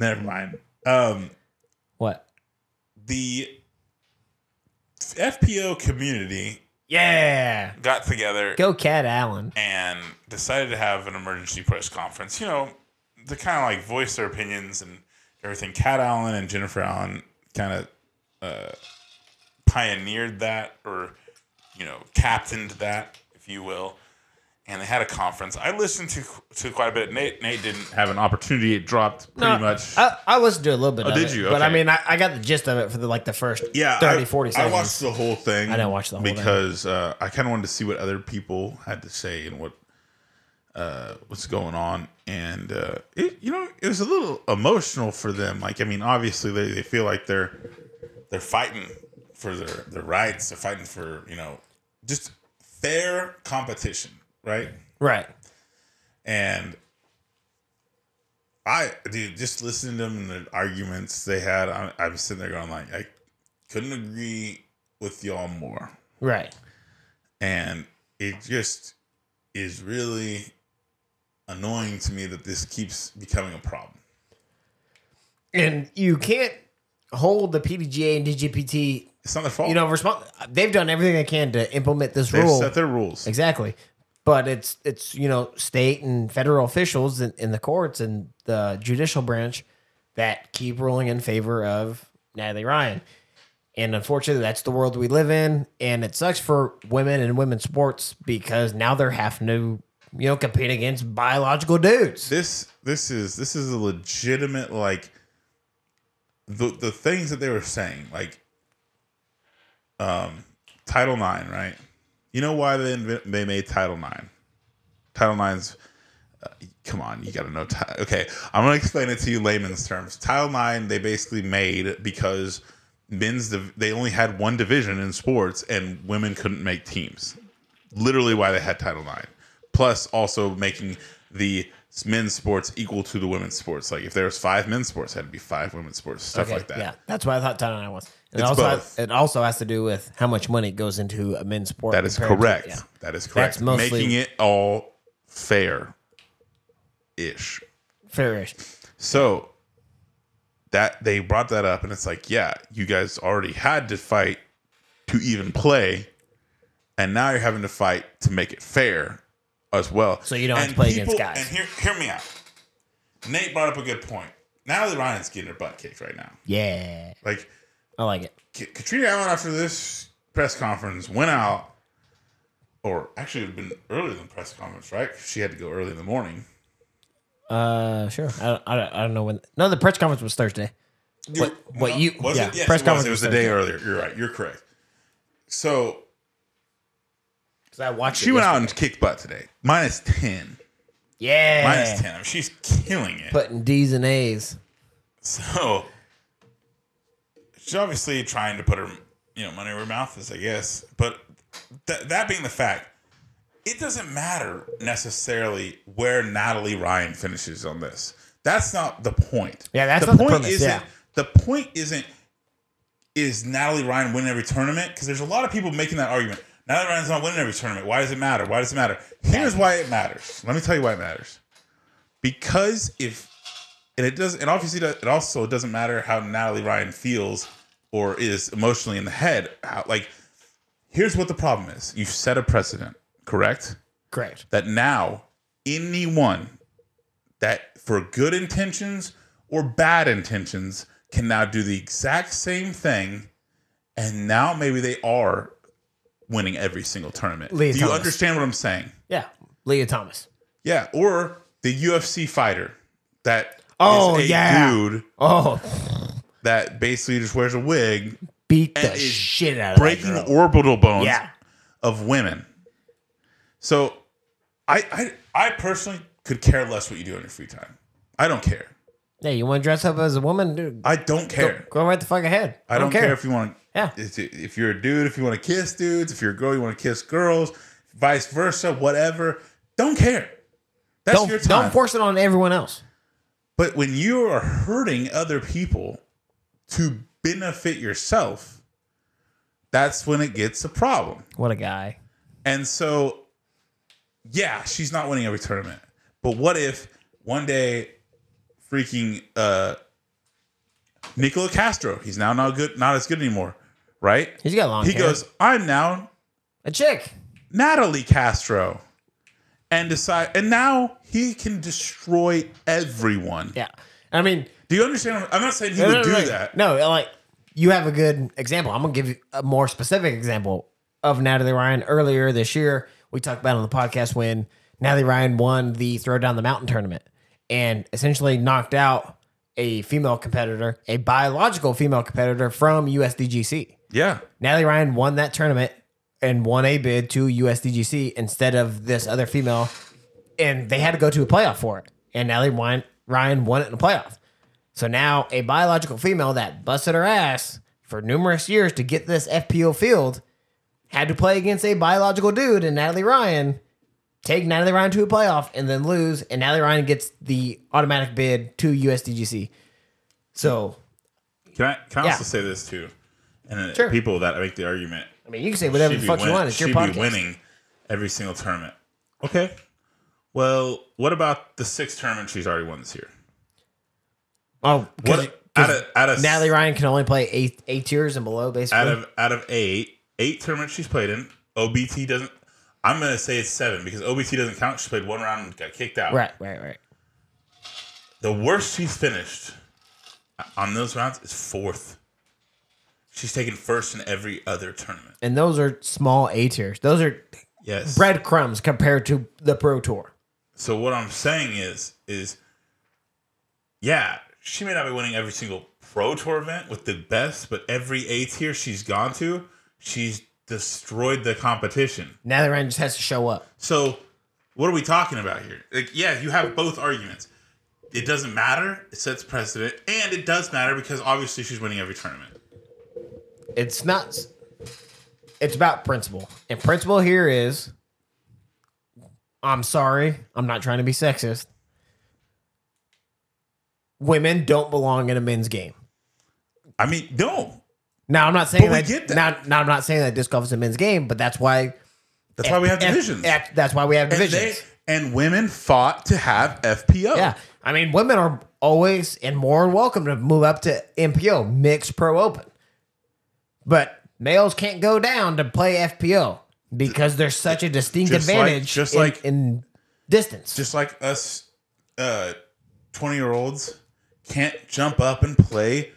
A: Never mind. Um,
B: What?
A: the FPO community
B: Yeah.
A: got together
B: Go Cat Allen.
A: and decided to have an emergency press conference. You know, to kind of like voice their opinions and everything. Kat Allen and Jennifer Allen kind of uh, pioneered that, or you know, captained that, if you will. And they had a conference. I listened to to quite a bit. Nate Nate didn't have an opportunity. It dropped pretty
B: No,
A: much. Oh,
B: I, I listened to a little bit. of
A: did
B: it,
A: you?
B: But I
A: Okay.
B: mean, I, I got the gist of it for the like the first
A: yeah,
B: 30,
A: I,
B: 40
A: I
B: seconds.
A: watched the whole thing.
B: I didn't watch the whole thing.
A: because uh, I kind of wanted to see what other people had to say and what uh, what's going on. And uh, it, you know, it was a little emotional for them. Like, I mean, obviously they, they feel like they're they're fighting for their their rights. They're fighting for you know just fair competition, right?
B: right.
A: And I, dude, just listening to them and the arguments they had, I, I was sitting there going like, I couldn't agree with y'all more.
B: Right.
A: And it just is really annoying to me that this keeps becoming a problem.
B: And you can't hold the PDGA and DGPT,
A: It's not their fault.
B: you know, respond. They've done everything they can to implement this
A: they've
B: rule.
A: set their rules.
B: Exactly. But it's it's you know state and federal officials in, in the courts and the judicial branch that keep ruling in favor of Natalie Ryan, and unfortunately that's the world we live in, and it sucks for women and women's sports because now they're having to you know compete against biological dudes.
A: This, this is, this is a legitimate like the the things that they were saying, like um, Title IX, right? You know why they inv- they made Title IX? Title IX's uh, come on, you got to know. Ti- okay, I'm gonna explain it to you layman's terms. Title IX they basically made because men's div- they only had one division in sports and women couldn't make teams. Literally, why they had Title IX. Plus, also making the men's sports equal to the women's sports. Like if there was five men's sports, it had to be five women's sports, stuff like that.
B: Yeah, that's what I thought Title IX was. And
A: It's
B: also
A: both.
B: it also has to do with how much money goes into a men's sport.
A: That is
B: compared to-
A: correct.
B: yeah.
A: That is correct.
B: That's mostly-
A: Making it all fair ish.
B: Fairish.
A: So that they brought that up and it's like, yeah, you guys already had to fight to even play, and now you're having to fight to make it fair as well.
B: So you don't have to play against guys.
A: And hear, hear me out. Nate brought up a good point. Natalie Ryan's getting her butt kicked right now.
B: Yeah,
A: Like
B: I like it.
A: K- Katrina Allen, after this press conference, went out, or actually it would have been earlier than press conference, right? 'Cause She had to go early in the morning.
B: Uh, sure. I don't, I don't, I don't know when. No, the press conference was Thursday. What- what you-
A: was
B: yeah,
A: it? Yes,
B: press
A: it was.
B: conference
A: It was the
B: was
A: day earlier. You're right. You're correct. So
B: Because I watched.
A: she went out and kicked butt today, minus ten,
B: Yeah.
A: minus ten. I mean, she's killing it.
B: Putting D's and A's.
A: So she's obviously trying to put her, you know, money where her mouth is, I guess. But th- that being the fact, it doesn't matter necessarily where Natalie Ryan finishes on this. That's not the point.
B: Yeah, that's not the premise,
A: isn't.
B: yeah.
A: The point isn't is Natalie Ryan winning every tournament because there's a lot of people making that argument. Natalie Ryan's not winning every tournament. Why does it matter? Why does it matter? Here's why it matters. Let me tell you why it matters. Because if and it does and obviously does, it also doesn't matter how natalie ryan feels or is emotionally in the head how, like here's what the problem is you've set a precedent correct
B: Correct.
A: that now anyone that for good intentions or bad intentions can now do the exact same thing and now maybe they are winning every single tournament
B: Leah
A: do you
B: Thomas.
A: understand what i'm saying
B: Yeah. Leah Thomas.
A: yeah or the ufc fighter that is
B: Oh, yeah.
A: dude
B: Oh,
A: that basically just wears a wig,
B: beat the
A: is
B: shit out of
A: breaking
B: that girl.
A: orbital bones
B: Yeah.
A: of women. So, I, I I personally could care less what you do in your free time. I don't care.
B: Yeah, you want to dress up as a woman, dude?
A: I don't care.
B: Go right the fuck ahead.
A: I don't care. if you want.
B: Yeah.
A: If, if you're a dude, if you want to kiss dudes, if you're a girl, you want to kiss girls, vice versa, whatever. Don't care. That's your
B: don't
A: time.
B: don't force it on everyone else.
A: But when you are hurting other people to benefit yourself, that's when it gets a problem.
B: What a guy.
A: And so, yeah, she's not winning every tournament. But what if one day freaking uh, Nicola Castro. He's now not good, not as good anymore, right?
B: He's got long
A: He
B: hair.
A: goes, I'm now
B: a chick.
A: Natalie Castro, and decide, and now he can destroy everyone.
B: Yeah. I mean,
A: Do you understand? I'm not saying he
B: no,
A: would
B: no,
A: do
B: no,
A: that.
B: No, like you have a good example. I'm gonna give you a more specific example of Natalie Ryan earlier this year. We talked about it on the podcast when Natalie Ryan won the Throw Down the Mountain tournament and essentially knocked out a female competitor, a biological female competitor from USDGC.
A: Yeah,
B: Natalie Ryan won that tournament and won a bid to USDGC instead of this other female, and they had to go to a playoff for it. And Natalie Ryan, Ryan won it in a playoff. So now a biological female that busted her ass for numerous years to get this FPO field had to play against a biological dude and Natalie Ryan, take Natalie Ryan to a playoff and then lose, and Natalie Ryan gets the automatic bid to USDGC. So
A: Can I can I
B: Yeah.
A: also say this too? And then
B: Sure.
A: people that make the argument,
B: I mean, you can say whatever
A: she'd
B: the
A: be
B: fuck
A: win-
B: you want. It's your
A: she'd
B: podcast.
A: be winning every single tournament. Okay. Well, what about the six tournament she's already won this year?
B: Oh, 'cause-
A: What out of out of
B: Natalie Ryan can only play eight eight tiers and below, basically.
A: out of out of eight eight tournaments she's played in? OBT doesn't. I'm gonna say it's seven because OBT doesn't count. She played one round and got kicked out.
B: right, right, right.
A: The worst she's finished on those rounds is fourth. She's taken first in every other tournament.
B: And those are small A tiers. Those are
A: Yes.
B: breadcrumbs compared to the Pro Tour.
A: So what I'm saying is, is yeah, she may not be winning every single pro tour event with the best, but every A tier she's gone to, she's destroyed the competition.
B: Natalie Ryan just has to show up.
A: So what are we talking about here? Like, yeah, you have both arguments. It doesn't matter. It sets precedent, and it does matter because obviously she's winning every tournament.
B: It's not. s- It's about principle, and principle here is. I'm sorry. I'm not trying to be sexist. Women don't belong in a men's game.
A: I mean, no.
B: Now I'm not saying
A: But we
B: that.
A: get
B: Now,
A: that.
B: now I'm not saying that disc golf is a men's game, but that's why.
A: That's why we have divisions.
B: that's why we have
A: and,
B: divisions.
A: they, and women fought to have FPO.
B: Yeah. I mean, women are always and more welcome to move up to MPO, Mixed Pro Open. But males can't go down to play FPO because there's such a distinct
A: Just like-
B: advantage
A: just
B: in,
A: like-
B: in distance.
A: just like us uh 20 year olds can't jump up and play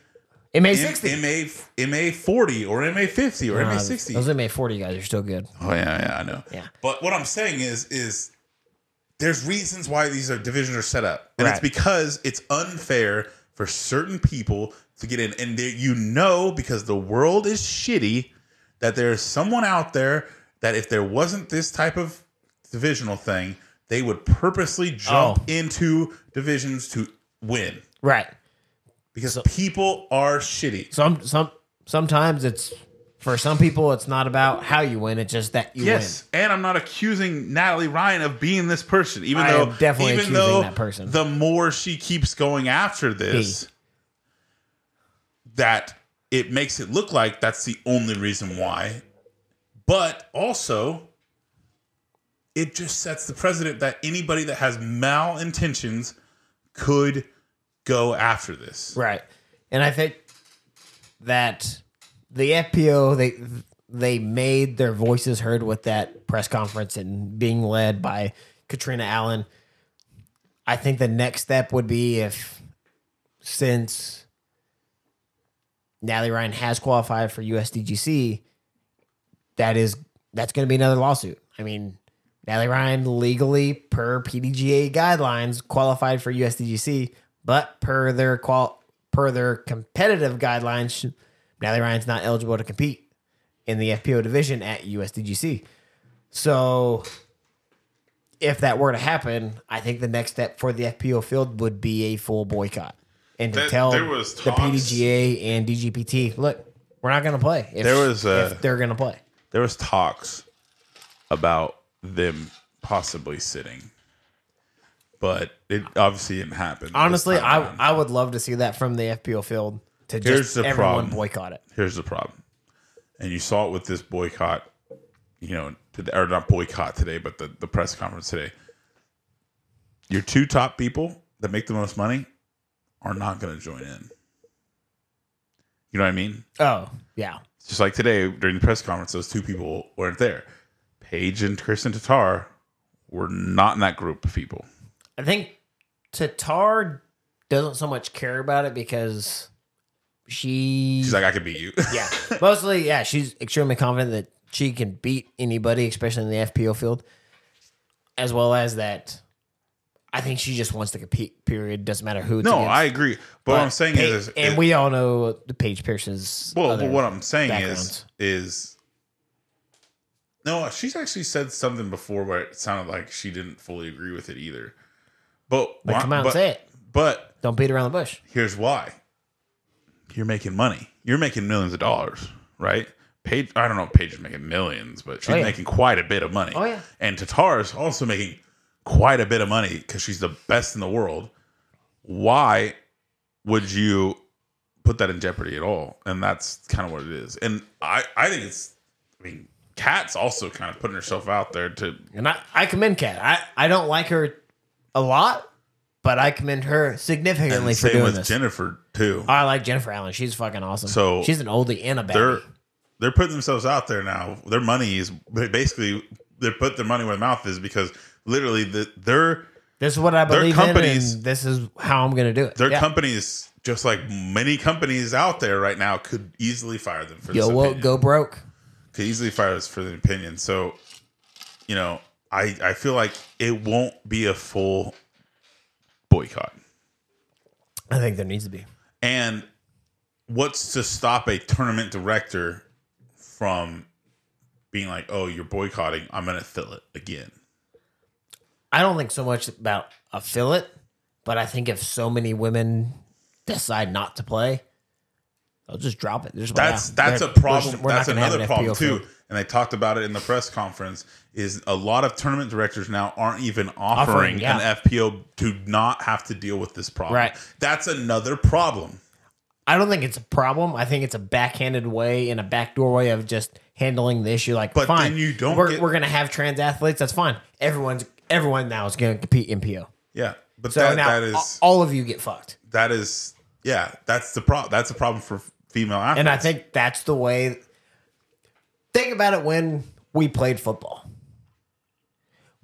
B: MA
A: M-
B: 60.
A: MA MA 40 or MA 50 or MA 60.
B: Those MA 40 guys are still good.
A: Oh yeah, yeah, I know.
B: Yeah.
A: But what I'm saying is is there's reasons why these are divisions are set up. And it's
B: Right.
A: because it's unfair for certain people to get in and they, you know because the world is shitty that there's someone out there that if there wasn't this type of divisional thing, they would purposely jump
B: Oh.
A: into divisions to win
B: Right.
A: because people are shitty.
B: Some some sometimes it's for some people it's not about how you win, it's just that you
A: Yes, and I'm not accusing Natalie Ryan of being this person, even
B: I
A: though
B: am definitely
A: even
B: accusing
A: though
B: that person.
A: The more she keeps going after this, that it makes it look like that's the only reason why. But also, it just sets the precedent that anybody that has malintentions could go after this.
B: win. Right. And I think that the FPO they they made their voices heard with that press conference and being led by Katrina Allen. I think the next step would be if since Natalie Ryan has qualified for USDGC, that is that's going to be another lawsuit. I mean, Natalie Ryan legally per PDGA guidelines qualified for USDGC, but per their qual per their competitive guidelines, sh- Natalie Ryan's not eligible to compete in the FPO division at USDGC. So if that were to happen, I think the next step for the FPO field would be a full boycott. And to
A: That-
B: tell
A: there was
B: the
A: talks-
B: PDGA and DGPT, look, we're not going to play. If,
A: There was uh, a-
B: if they're going to play.
A: there was talks about them possibly sitting, but it obviously didn't happen. this
B: Honestly,
A: time
B: I
A: around.
B: I would love to see that from the FPO field to
A: Here's
B: just
A: the
B: everyone
A: problem.
B: boycott it.
A: here's the problem, and you saw it with this boycott, you know, today, or not boycott today, but the the press conference today. Your two top people that make the most money are not going to join in. You know what I mean?
B: Oh, yeah.
A: Just like today during the press conference, those two people weren't there. Paige and Kristen Tatar were not in that group of people.
B: I think Tatar doesn't so much care about it because she.
A: She's like, I could beat you.
B: yeah. Mostly, yeah, she's extremely confident that she can beat anybody, especially in the FPO field, as well as that. I think she just wants to compete. Period. Doesn't matter who. It's
A: no,
B: against.
A: I agree. But, what I'm saying
B: Pa-
A: is, is,
B: and we all know the Paige Pierce's.
A: well,
B: other-
A: but what I'm saying
B: backgrounds.
A: is, is no, she's actually said something before where it sounded like she didn't fully agree with it either. But,
B: But come out and
A: but-
B: say it.
A: But
B: Don't beat around the bush.
A: Here's why. You're making money. You're making millions of dollars, right? Paige, I don't know if Paige is making millions, but she's
B: Oh, yeah.
A: making quite a bit of money.
B: Oh, yeah.
A: And Tatar is also making quite a bit of money because she's the best in the world. Why would you put that in jeopardy at all? And that's kind of what it is. And I, I think it's, I mean, Kat's also kind of putting herself out there to,
B: And I, I commend Kat. I, I don't like her a lot, but I commend her significantly
A: and
B: for
A: same
B: doing
A: with
B: this.
A: Jennifer too.
B: I like Jennifer Allen. She's fucking awesome.
A: So,
B: she's an oldie and a baddie.
A: they're they're putting themselves out there now. Their money is basically they put their money where their mouth is because literally the, their
B: This is what I
A: Their
B: believe in,
A: companies-
B: and this is how I'm going to do it.
A: their
B: Yeah.
A: companies just like many companies out there right now could easily fire them for this
B: Yo, well,
A: opinion.
B: go broke.
A: Could easily fire us for the opinion. So you know, I I feel like it won't be a full boycott.
B: I think there needs to be.
A: And what's to stop a tournament director from being like, "Oh, you're boycotting. I'm going to fill it again."
B: I don't think so much about a fillet, but I think if so many women decide not to play, they'll just drop it. They're just like,
A: That's
B: "Yeah,
A: that's a
B: they're-
A: problem.
B: we're just- we're not
A: that's
B: gonna have
A: another
B: an
A: problem
B: FPO
A: too.
B: field."
A: And they talked about it in the press conference. Is a lot of tournament directors now aren't even offering,
B: Offering, yeah.
A: an FPO to not have to deal with this problem.
B: Right.
A: That's another problem.
B: I don't think it's a problem. I think it's a backhanded way and a backdoor way of just handling the issue. Like,
A: But
B: fine,
A: then you don't
B: We're,
A: get-
B: we're gonna have trans athletes. That's fine. Everyone's everyone now is gonna compete in PO.
A: Yeah. But
B: So
A: that,
B: now
A: that is
B: all of you get fucked.
A: that is yeah. That's the problem. That's a problem for female athletes.
B: And I think that's the way. Think about it when we played football.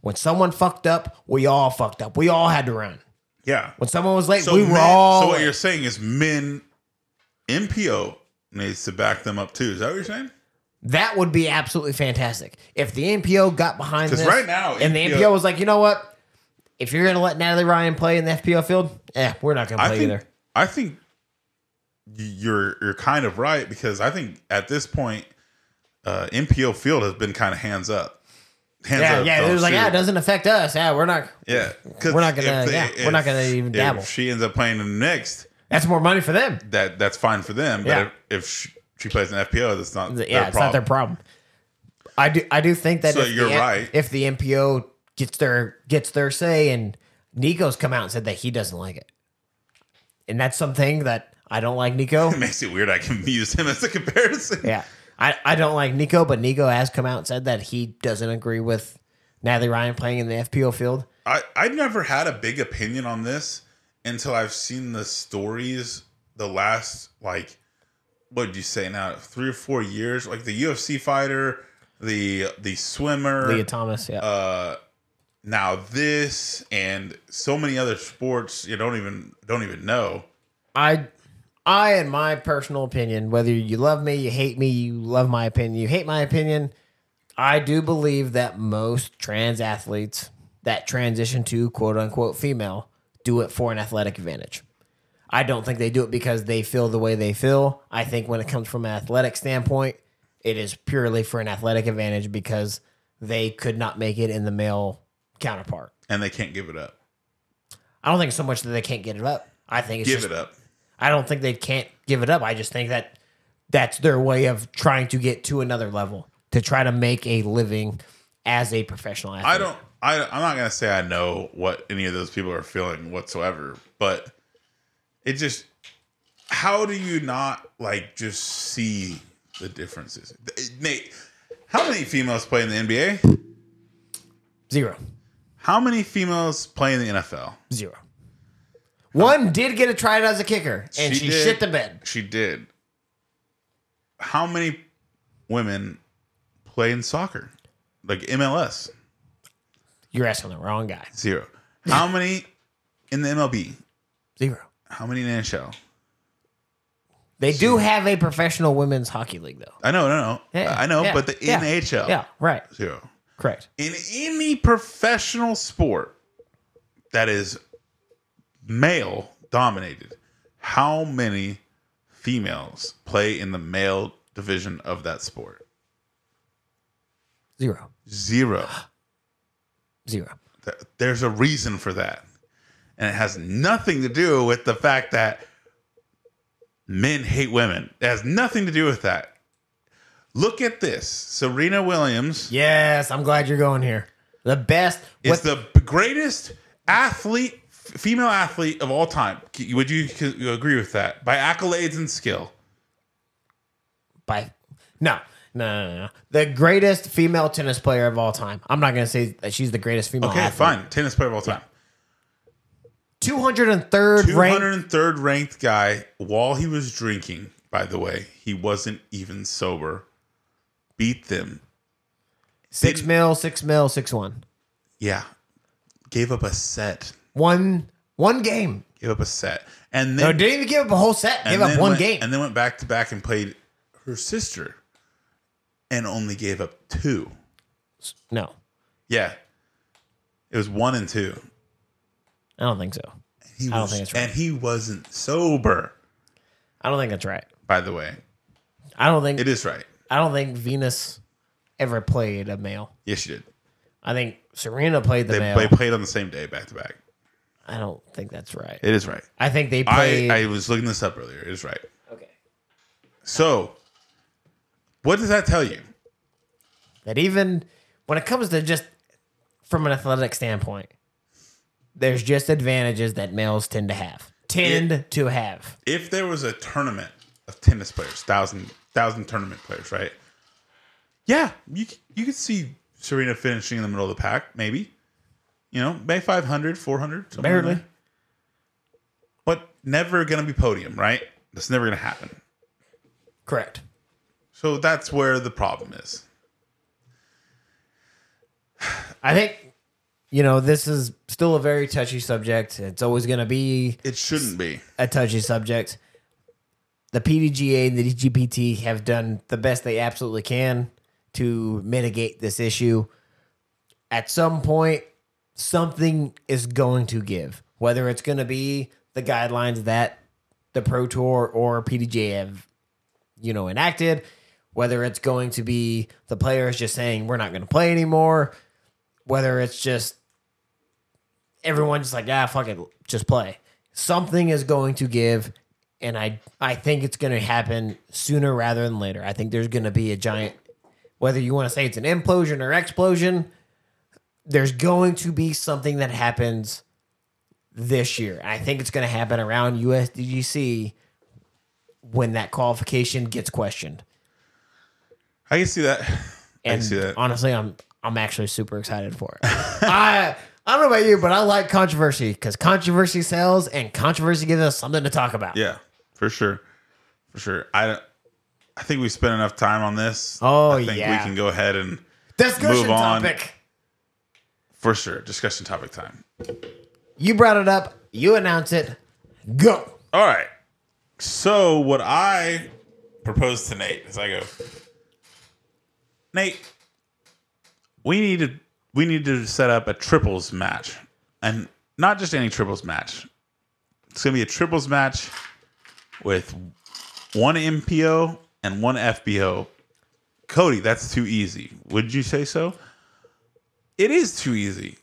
B: When someone fucked up, we all fucked up. We all had to run.
A: yeah.
B: When someone was late,
A: So
B: we were
A: men-
B: all.
A: So what
B: late.
A: you're saying is men MPO needs to back them up too. Is that what you're saying?
B: that would be absolutely fantastic if the NPO got behind
A: 'Cause
B: this
A: right now,
B: and the
A: NPO
B: NPO was like, you know what? If you're gonna let Natalie Ryan play in the FPO field, eh, we're not gonna
A: I
B: play
A: think,
B: either.
A: I think you're you're kind of right because I think at this point, uh, MPO Field has been kind of hands up. Hands
B: Yeah,
A: up,
B: yeah.
A: don't
B: It was like,
A: shoot.
B: yeah, it doesn't affect us. Yeah, we're not.
A: yeah, 'cause
B: we're not
A: if
B: gonna- yeah, we're not gonna
A: if
B: even dabble.
A: she ends up playing them next,
B: That's more money for them.
A: that that's fine for them. But
B: Yeah.
A: if, if she, she plays an FPO, that's not
B: yeah, it's not their problem. I do I do think that
A: So
B: if
A: you're
B: the,
A: right.
B: If the MPO gets their gets their say and Nico's come out and said that he doesn't like it. And that's something that I don't like Nico.
A: It makes it weird. I can use him as a comparison.
B: yeah. I, I don't like Nico, but Nico has come out and said that he doesn't agree with Natalie Ryan playing in the FPO field.
A: I I never had a big opinion on this until I've seen the stories the last like what would you say now three or four years like the UFC fighter the the swimmer
B: Leah Thomas, yeah.
A: uh now this and so many other sports you don't even don't even know
B: I I in my personal opinion, whether you love me, you hate me, you love my opinion, you hate my opinion, I do believe that most trans athletes that transition to quote unquote female do it for an athletic advantage. I don't think they do it because they feel the way they feel. I think when it comes from an athletic standpoint, it is purely for an athletic advantage because they could not make it in the male counterpart.
A: and they can't give it up
B: I don't think so much that they can't get it up. I think it's
A: give
B: just
A: it up
B: I don't think they can't give it up. I just think that that's their way of trying to get to another level to try to make a living as a professional athlete.
A: I don't. I, I'm not gonna say I know what any of those people are feeling whatsoever, but it just. How do you not like just see the differences, Nate? How many females play in the NBA?
B: zero,
A: How many females play in the NFL?
B: zero. One did get a try out as a kicker, and
A: She
B: she,
A: did.
B: shit the bed.
A: She did. How many women play in soccer? Like MLS?
B: You're asking the wrong guy.
A: Zero. How many in the MLB?
B: Zero.
A: How many in the NHL?
B: They do have a professional women's hockey league, though.
A: I know, no, no.
B: Yeah,
A: I know,
B: yeah,
A: but the
B: yeah,
A: NHL.
B: Yeah, right.
A: Zero.
B: Correct.
A: in any professional sport that is male dominated, how many females play in the male division of that sport?
B: Zero.
A: Zero.
B: Zero.
A: Th- There's a reason for that. And it has nothing to do with the fact that men hate women. It has nothing to do with that. Look at this. Serena Williams
B: Yes, I'm glad you're going here. The best.
A: It's
B: What,
A: the b- greatest athlete, f- female athlete of all time. C- Would you, c- you agree with that? By accolades and skill.
B: by no, no, no, no, no. The greatest female tennis player of all time. I'm not going to say that she's the greatest female.
A: Okay,
B: athlete.
A: fine. Tennis player of all time.
B: 203rd ranked.
A: 203rd ranked guy while he was drinking, by the way. He wasn't even sober. Beat them.
B: Six mil, six mil, six one.
A: Yeah. Gave up a set.
B: One, one game.
A: Gave up a set. And then
B: No, didn't even give up a whole set.
A: and
B: Give up
A: then
B: one
A: went-
B: game.
A: And then went back to back and played her sister and only gave up two.
B: no,
A: Yeah. It was one and two.
B: I don't think so.
A: He
B: I don't
A: was-
B: think it's right.
A: And he wasn't sober,
B: I don't think that's right.
A: by the way.
B: I don't think
A: It is right.
B: I don't think Venus ever played a male.
A: Yes, she did.
B: I think Serena played the
A: They,
B: male.
A: they played on the same day back to back.
B: I don't think that's right.
A: It is right.
B: I think they
A: I,
B: played.
A: I was looking this up earlier. It is right.
B: okay.
A: So, what does that tell you?
B: That even when it comes to just from an athletic standpoint, there's just advantages that males tend to have. Tend to have.
A: If there was a tournament of tennis players, thousand thousand tournament players, right? Yeah, you c- you could see Serena finishing in the middle of the pack, maybe. You know, maybe 500, 400, somewhere in
B: Barely.
A: there. But never going to be podium, right? That's never going to happen.
B: Correct.
A: So that's where the problem is.
B: I think you know this is still a very touchy subject. It's always going to be
A: It shouldn't be.
B: a touchy subject. The PDGA and the DGPT have done the best they absolutely can to mitigate this issue. At some point, something is going to give, whether it's going to be the guidelines that the Pro Tour or PDGA have, you know, enacted, whether it's going to be the players just saying we're not going to play anymore, whether it's just everyone just like ah fuck it just play something is going to give and i i think it's going to happen sooner rather than later i think there's going to be a giant whether you want to say it's an implosion or explosion there's going to be something that happens this year i think it's going to happen around usdgc when that qualification gets questioned
A: I can see that. I can
B: and
A: see that.
B: honestly, I'm I'm actually super excited for it. I I don't know about you, but I like controversy because controversy sells, and controversy gives us something to talk about.
A: yeah, for sure, for sure. I I think we spent enough time on this.
B: Oh,
A: I think
B: yeah.
A: we can go ahead and
B: Discussion
A: Move on.
B: topic.
A: for sure discussion topic time.
B: You brought it up. You announce it. Go.
A: All right. So what I propose to Nate is I go, Nate, we need to we need to set up a triples match, and not just any triples match. It's gonna be a triples match with one MPO and one FBO. Cody, that's too easy. Would you say so? It is too easy.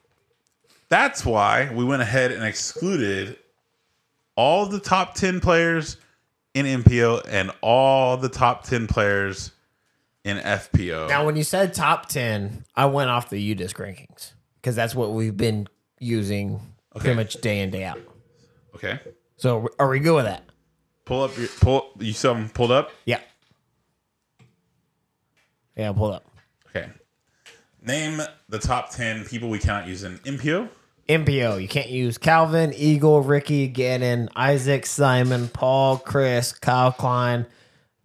A: That's why we went ahead and excluded all the top 10 players in MPO and all the top 10 players in FPO.
B: Now, when you said top ten, I went off the U disc rankings because that's what we've been using
A: Okay.
B: pretty much day in day out.
A: okay.
B: So are we good with that?
A: Pull up your pull you saw them pulled up?
B: Yeah. Yeah, pull up.
A: Okay. Name the top 10 people we cannot use in MPO
B: MPO. You can't use Calvin, Eagle, Ricky, Gannon, Isaac, Simon, Paul, Chris, Kyle Klein,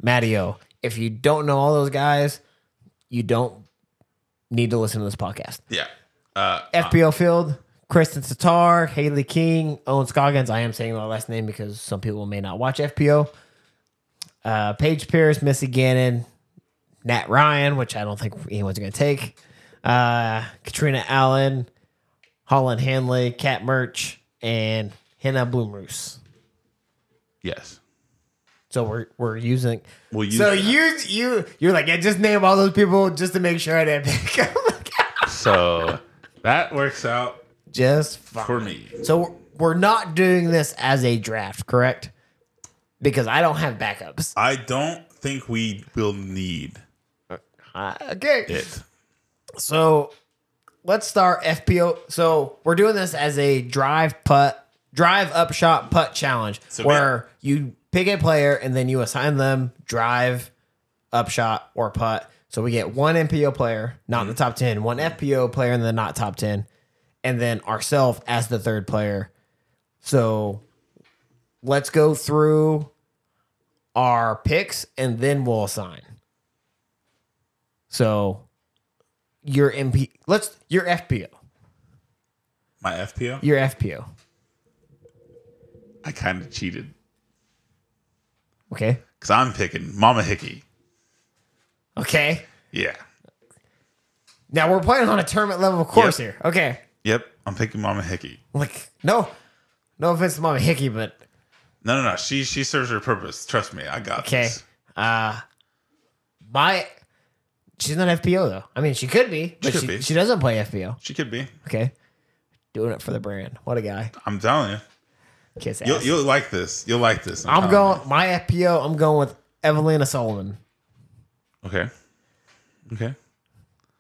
B: Matteo. If you don't know all those guys, you don't need to listen to this podcast.
A: Yeah. Uh,
B: FBO Field, Kristen Tatar, Haley King, Owen Scoggins. I am saying my last name because some people may not watch FPO. Uh, Paige Pierce, Missy Gannon, Nat Ryan, which I don't think anyone's going to take. Uh, Katrina Allen, Holland Hanley, Kat Merch, and Hannah Bloomroos.
A: yes.
B: So we're we're using.
A: We'll use
B: so
A: that.
B: you you you're like yeah, just name all those people just to make sure I didn't pick
A: So that works out
B: just fine.
A: for me.
B: So we're- we're not doing this as a draft, correct? Because I don't have backups.
A: I don't think we will need
B: Uh, okay.
A: it.
B: So let's start FPO. So we're doing this as a drive putt, drive up shot putt challenge, where you pick a player and then you assign them drive, up shot, or putt. So we get one MPO player, not in the top ten, one FPO player in the not top ten, and then ourselves as the third player. So let's go through our picks and then we'll assign. So your MP. Let's your FPO.
A: My FPO?
B: Your FPO.
A: I kind of cheated
B: Okay.
A: because I'm picking Mama Hickey.
B: Okay.
A: Yeah.
B: Now we're playing on a tournament level course here. Okay.
A: Yep. I'm picking Mama Hickey.
B: Like no, no offense to Mama Hickey, but
A: No, no, no. She she serves her purpose. Trust me. I got
B: okay.
A: this.
B: Uh, my she's not FPO though. I mean, she could be, but
A: could
B: she,
A: be.
B: she doesn't play FPO.
A: She could be.
B: Okay. Doing it for the brand. What a guy.
A: I'm telling you.
B: Kiss ass.
A: You'll, you'll like this. You'll like this.
B: I'm
A: telling
B: going my FPO. I'm going with Evelina Solomon.
A: you. Okay. Okay.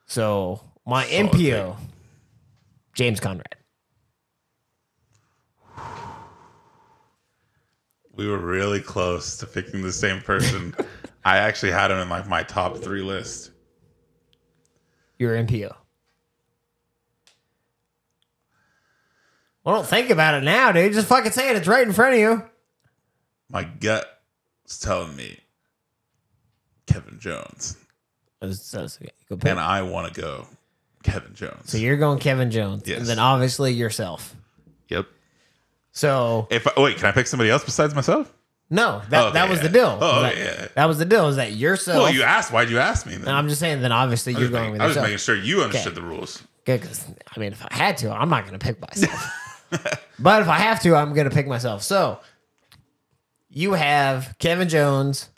B: So my
A: Solid
B: MPO, James Conrad.
A: We were really close to picking the same person. I actually had him in like my top three list.
B: your MPO. Well, don't think about it now, dude. Just fucking say it. It's right in front of you.
A: My gut is telling me Kevin Jones.
B: That's-
A: uh,
B: that's okay. Go pick.
A: And I want to go Kevin Jones.
B: So you're going Kevin Jones,
A: Yes.
B: and then obviously yourself.
A: Yep.
B: So
A: If I, wait, can I pick somebody else besides myself?
B: no, that
A: Okay,
B: that was
A: yeah.
B: the deal.
A: Oh,
B: that,
A: okay, yeah.
B: that was the deal. Is that yourself?
A: well, you asked. Why'd you ask me? Then?
B: and I'm just saying. Then obviously
A: I
B: you're
A: was
B: going
A: making-
B: with
A: I was just
B: yourself.
A: making sure you understood the rules.
B: Good, 'cause, I mean, if I had to, I'm not going to pick myself. but if I have to, I'm going to pick myself. So you have Kevin Jones,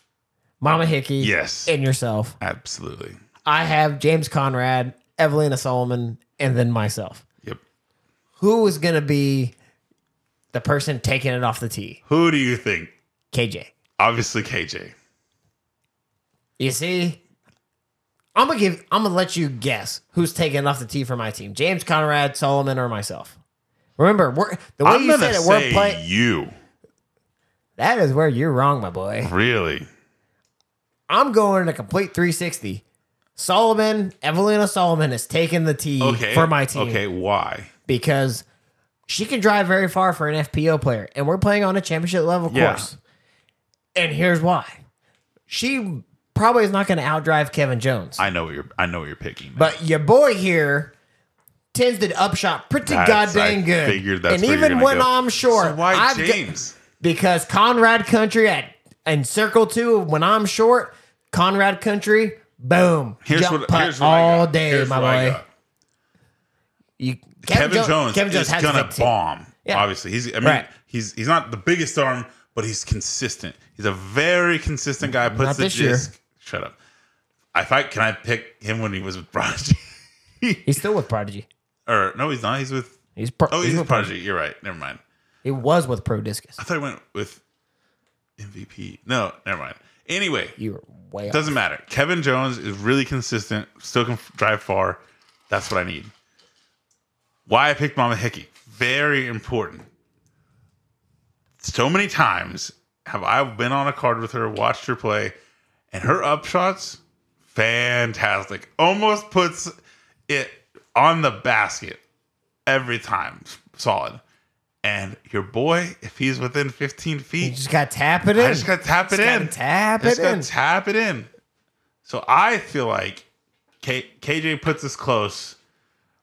B: Mama Hickey,
A: Yes.
B: and yourself.
A: Absolutely.
B: I have James Conrad, Evelina Solomon, and then myself.
A: Yep.
B: Who is going to be the person taking it off the tee?
A: Who do you think?
B: KJ.
A: Obviously, KJ.
B: You see, I'm gonna give. I'm gonna let you guess who's taking it off the tee for my team: James Conrad, Solomon, or myself. Remember, we're the way
A: I'm
B: you
A: gonna
B: said it.
A: say
B: We're play.
A: you.
B: That is where you're wrong, my boy.
A: Really?
B: I'm going a complete 360. Solomon, Evelina Solomon is taking the tee
A: Okay.
B: for my team.
A: Okay. Why?
B: because she can drive very far for an FPO player, and we're playing on a championship level
A: Yeah.
B: course. And here's why: she probably is not going to outdrive Kevin Jones,
A: I know what you're. I know what you're picking.
B: but your boy here tends to upshot pretty
A: That's-
B: goddamn
A: I
B: good.
A: figured that's
B: and
A: where you're
B: even
A: gonna
B: when
A: go.
B: I'm short,
A: So why
B: I've got-
A: James?
B: because Conrad Country at and Circle Two. When I'm short, Conrad Country, boom,
A: here's
B: jump
A: what.
B: putt
A: Here's what I
B: all
A: got.
B: day,
A: Here's
B: my
A: what I
B: boy.
A: got.
B: You,
A: Kevin, Jones,
B: has
A: is
B: to
A: gonna
B: take two.
A: bomb.
B: Yeah.
A: Obviously, he's. I mean,
B: Right.
A: he's he's not the biggest arm, but he's consistent. He's a very consistent guy. Puts the
B: this year.
A: disc. Shut up. If I can I pick him when he was with Prodigy?
B: He's still with Prodigy.
A: or no, he's not. He's with.
B: He's pro-
A: Oh, he's,
B: with
A: with Prodigy. You're right. Never mind.
B: It was with Pro Discus.
A: I thought he went with MVP. No, never mind. Anyway,
B: You were way off.
A: doesn't matter. Kevin Jones is really consistent. Still can f- drive far. That's what I need. Why I picked Mama Hickey. Very important. So many times have I been on a card with her, watched her play, and her upshots, fantastic. Almost puts it on the basket every time, solid. And your boy, if he's within 15
B: You
A: feet,
B: just got to tap it in.
A: I just got to tap it
B: Just gotta
A: in.
B: tap
A: Just
B: it
A: gotta
B: in.
A: tap it in. So I feel like K- KJ puts us close.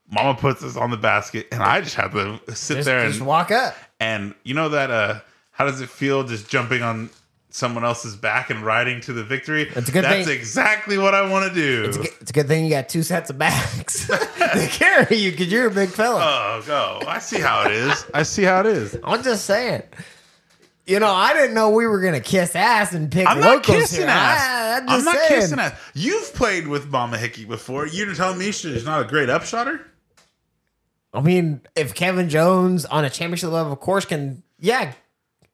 A: Mama puts us on the basket, and I just have to sit
B: just,
A: there
B: just
A: and,
B: walk up.
A: and you know that uh how does it feel just jumping on someone else's back and riding to the victory?
B: That's a good
A: That's
B: thing.
A: exactly what I want to do.
B: It's a, good, it's a good thing you got two sets of bags to carry you because you're a big fella.
A: oh, go. I see how it is. I see how it is.
B: I'm just saying. You know, I didn't know we were gonna kiss ass and pick
A: I'm not
B: locals
A: kissing
B: here. I,
A: ass.
B: I'm
A: I'm
B: just
A: not
B: saying.
A: kissing ass. You've played with Mama Hickey before. You're telling me she's not a great upshotter?
B: I mean, if Kevin Jones on a championship level course can, yeah,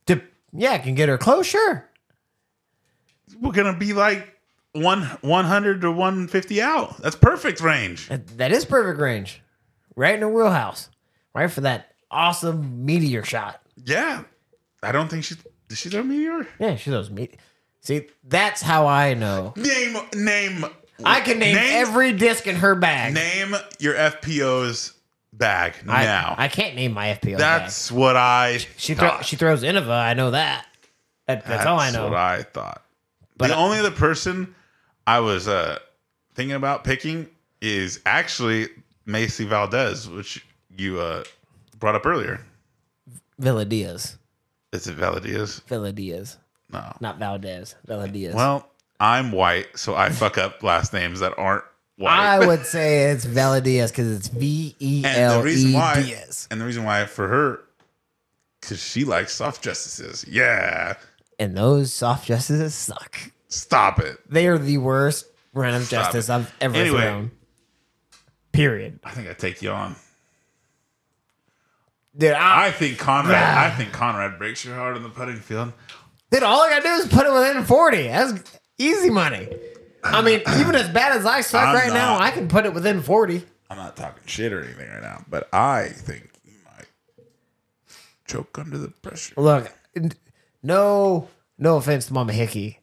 B: dip, yeah, can get her close, sure.
A: we're gonna be like one one hundred to one fifty out. That's perfect range.
B: That that is perfect range, right in the wheelhouse, right for that awesome meteor shot.
A: Yeah, I don't think she did. She throw a meteor.
B: Yeah, she those meat. See, that's how I know.
A: Name name.
B: I can name, every disc in her bag.
A: name your FPO's bag
B: I,
A: now.
B: I can't name my FPO. bag.
A: that's what I.
B: She thro-
A: thought.
B: she throws Innova. I know that. that that's, all I know.
A: What I thought.
B: But
A: the
B: I-
A: only other person I was uh, thinking about picking is actually Macy Valdez, which you uh, brought up earlier.
B: Villa Diaz.
A: Is it Valdez?
B: Villa Diaz.
A: No.
B: Not Valdez. Villa Diaz.
A: Well, I'm white, so I fuck up last names that aren't white.
B: I would say it's Villa Diaz because it's V E
A: and
B: L
A: the
B: E
A: reason why,
B: Diaz.
A: and the reason why for her, because she likes soft justices. Yeah,
B: And those soft justices suck.
A: stop it.
B: They are the worst random
A: Stop
B: justice
A: it.
B: I've ever
A: Anyway.
B: thrown. Period.
A: I think I take you on.
B: Dude, I,
A: I think Conrad. I think Conrad breaks your heart on the putting field.
B: dude, all I gotta do is put it within forty. That's easy money. I mean, even as bad as I suck
A: I'm
B: right now,
A: not-
B: I can put it within forty.
A: I'm not talking shit or anything right now, but I think you might choke under the pressure.
B: Look, n- no, no offense to Mama Hickey,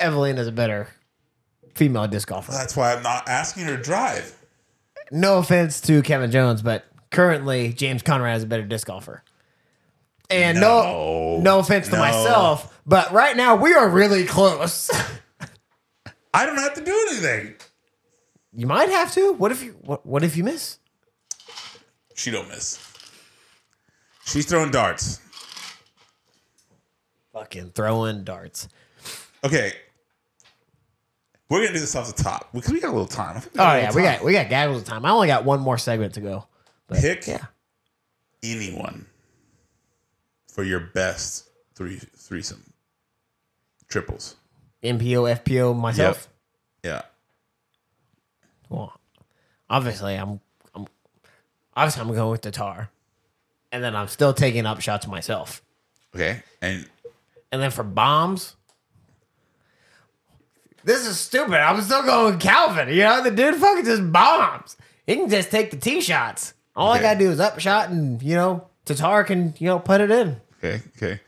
B: Evelyn is a better female disc golfer.
A: That's why I'm not asking her to drive.
B: No offense to Kevin Jones, but currently James Conrad is a better disc golfer. And no,
A: No.
B: no, offense to
A: No.
B: myself, but right now we are really close.
A: I don't have to do anything.
B: you might have to. What if you? What, what if you miss?
A: She don't miss. She's throwing darts.
B: Fucking throwing darts.
A: Okay. We're gonna do this off the top because we got a little time. I think
B: Oh
A: a
B: yeah,
A: little
B: we
A: time.
B: got we got gaggles of time. I only got one more segment to go. But,
A: Pick
B: Yeah.
A: anyone for your best three threesome triples.
B: MPO, FPO, myself.
A: Yeah.
B: Well, obviously, I'm, I'm obviously I'm going with the tar, and then I'm still taking up shots myself,
A: Okay. And
B: and then for bombs. This is stupid. I'm still going with Calvin. You know, the dude fucking just bombs. He can just take the tee shots. All I
A: Okay.
B: gotta do is up shot and, you know, Tatar can, you know, put it in.
A: okay, okay.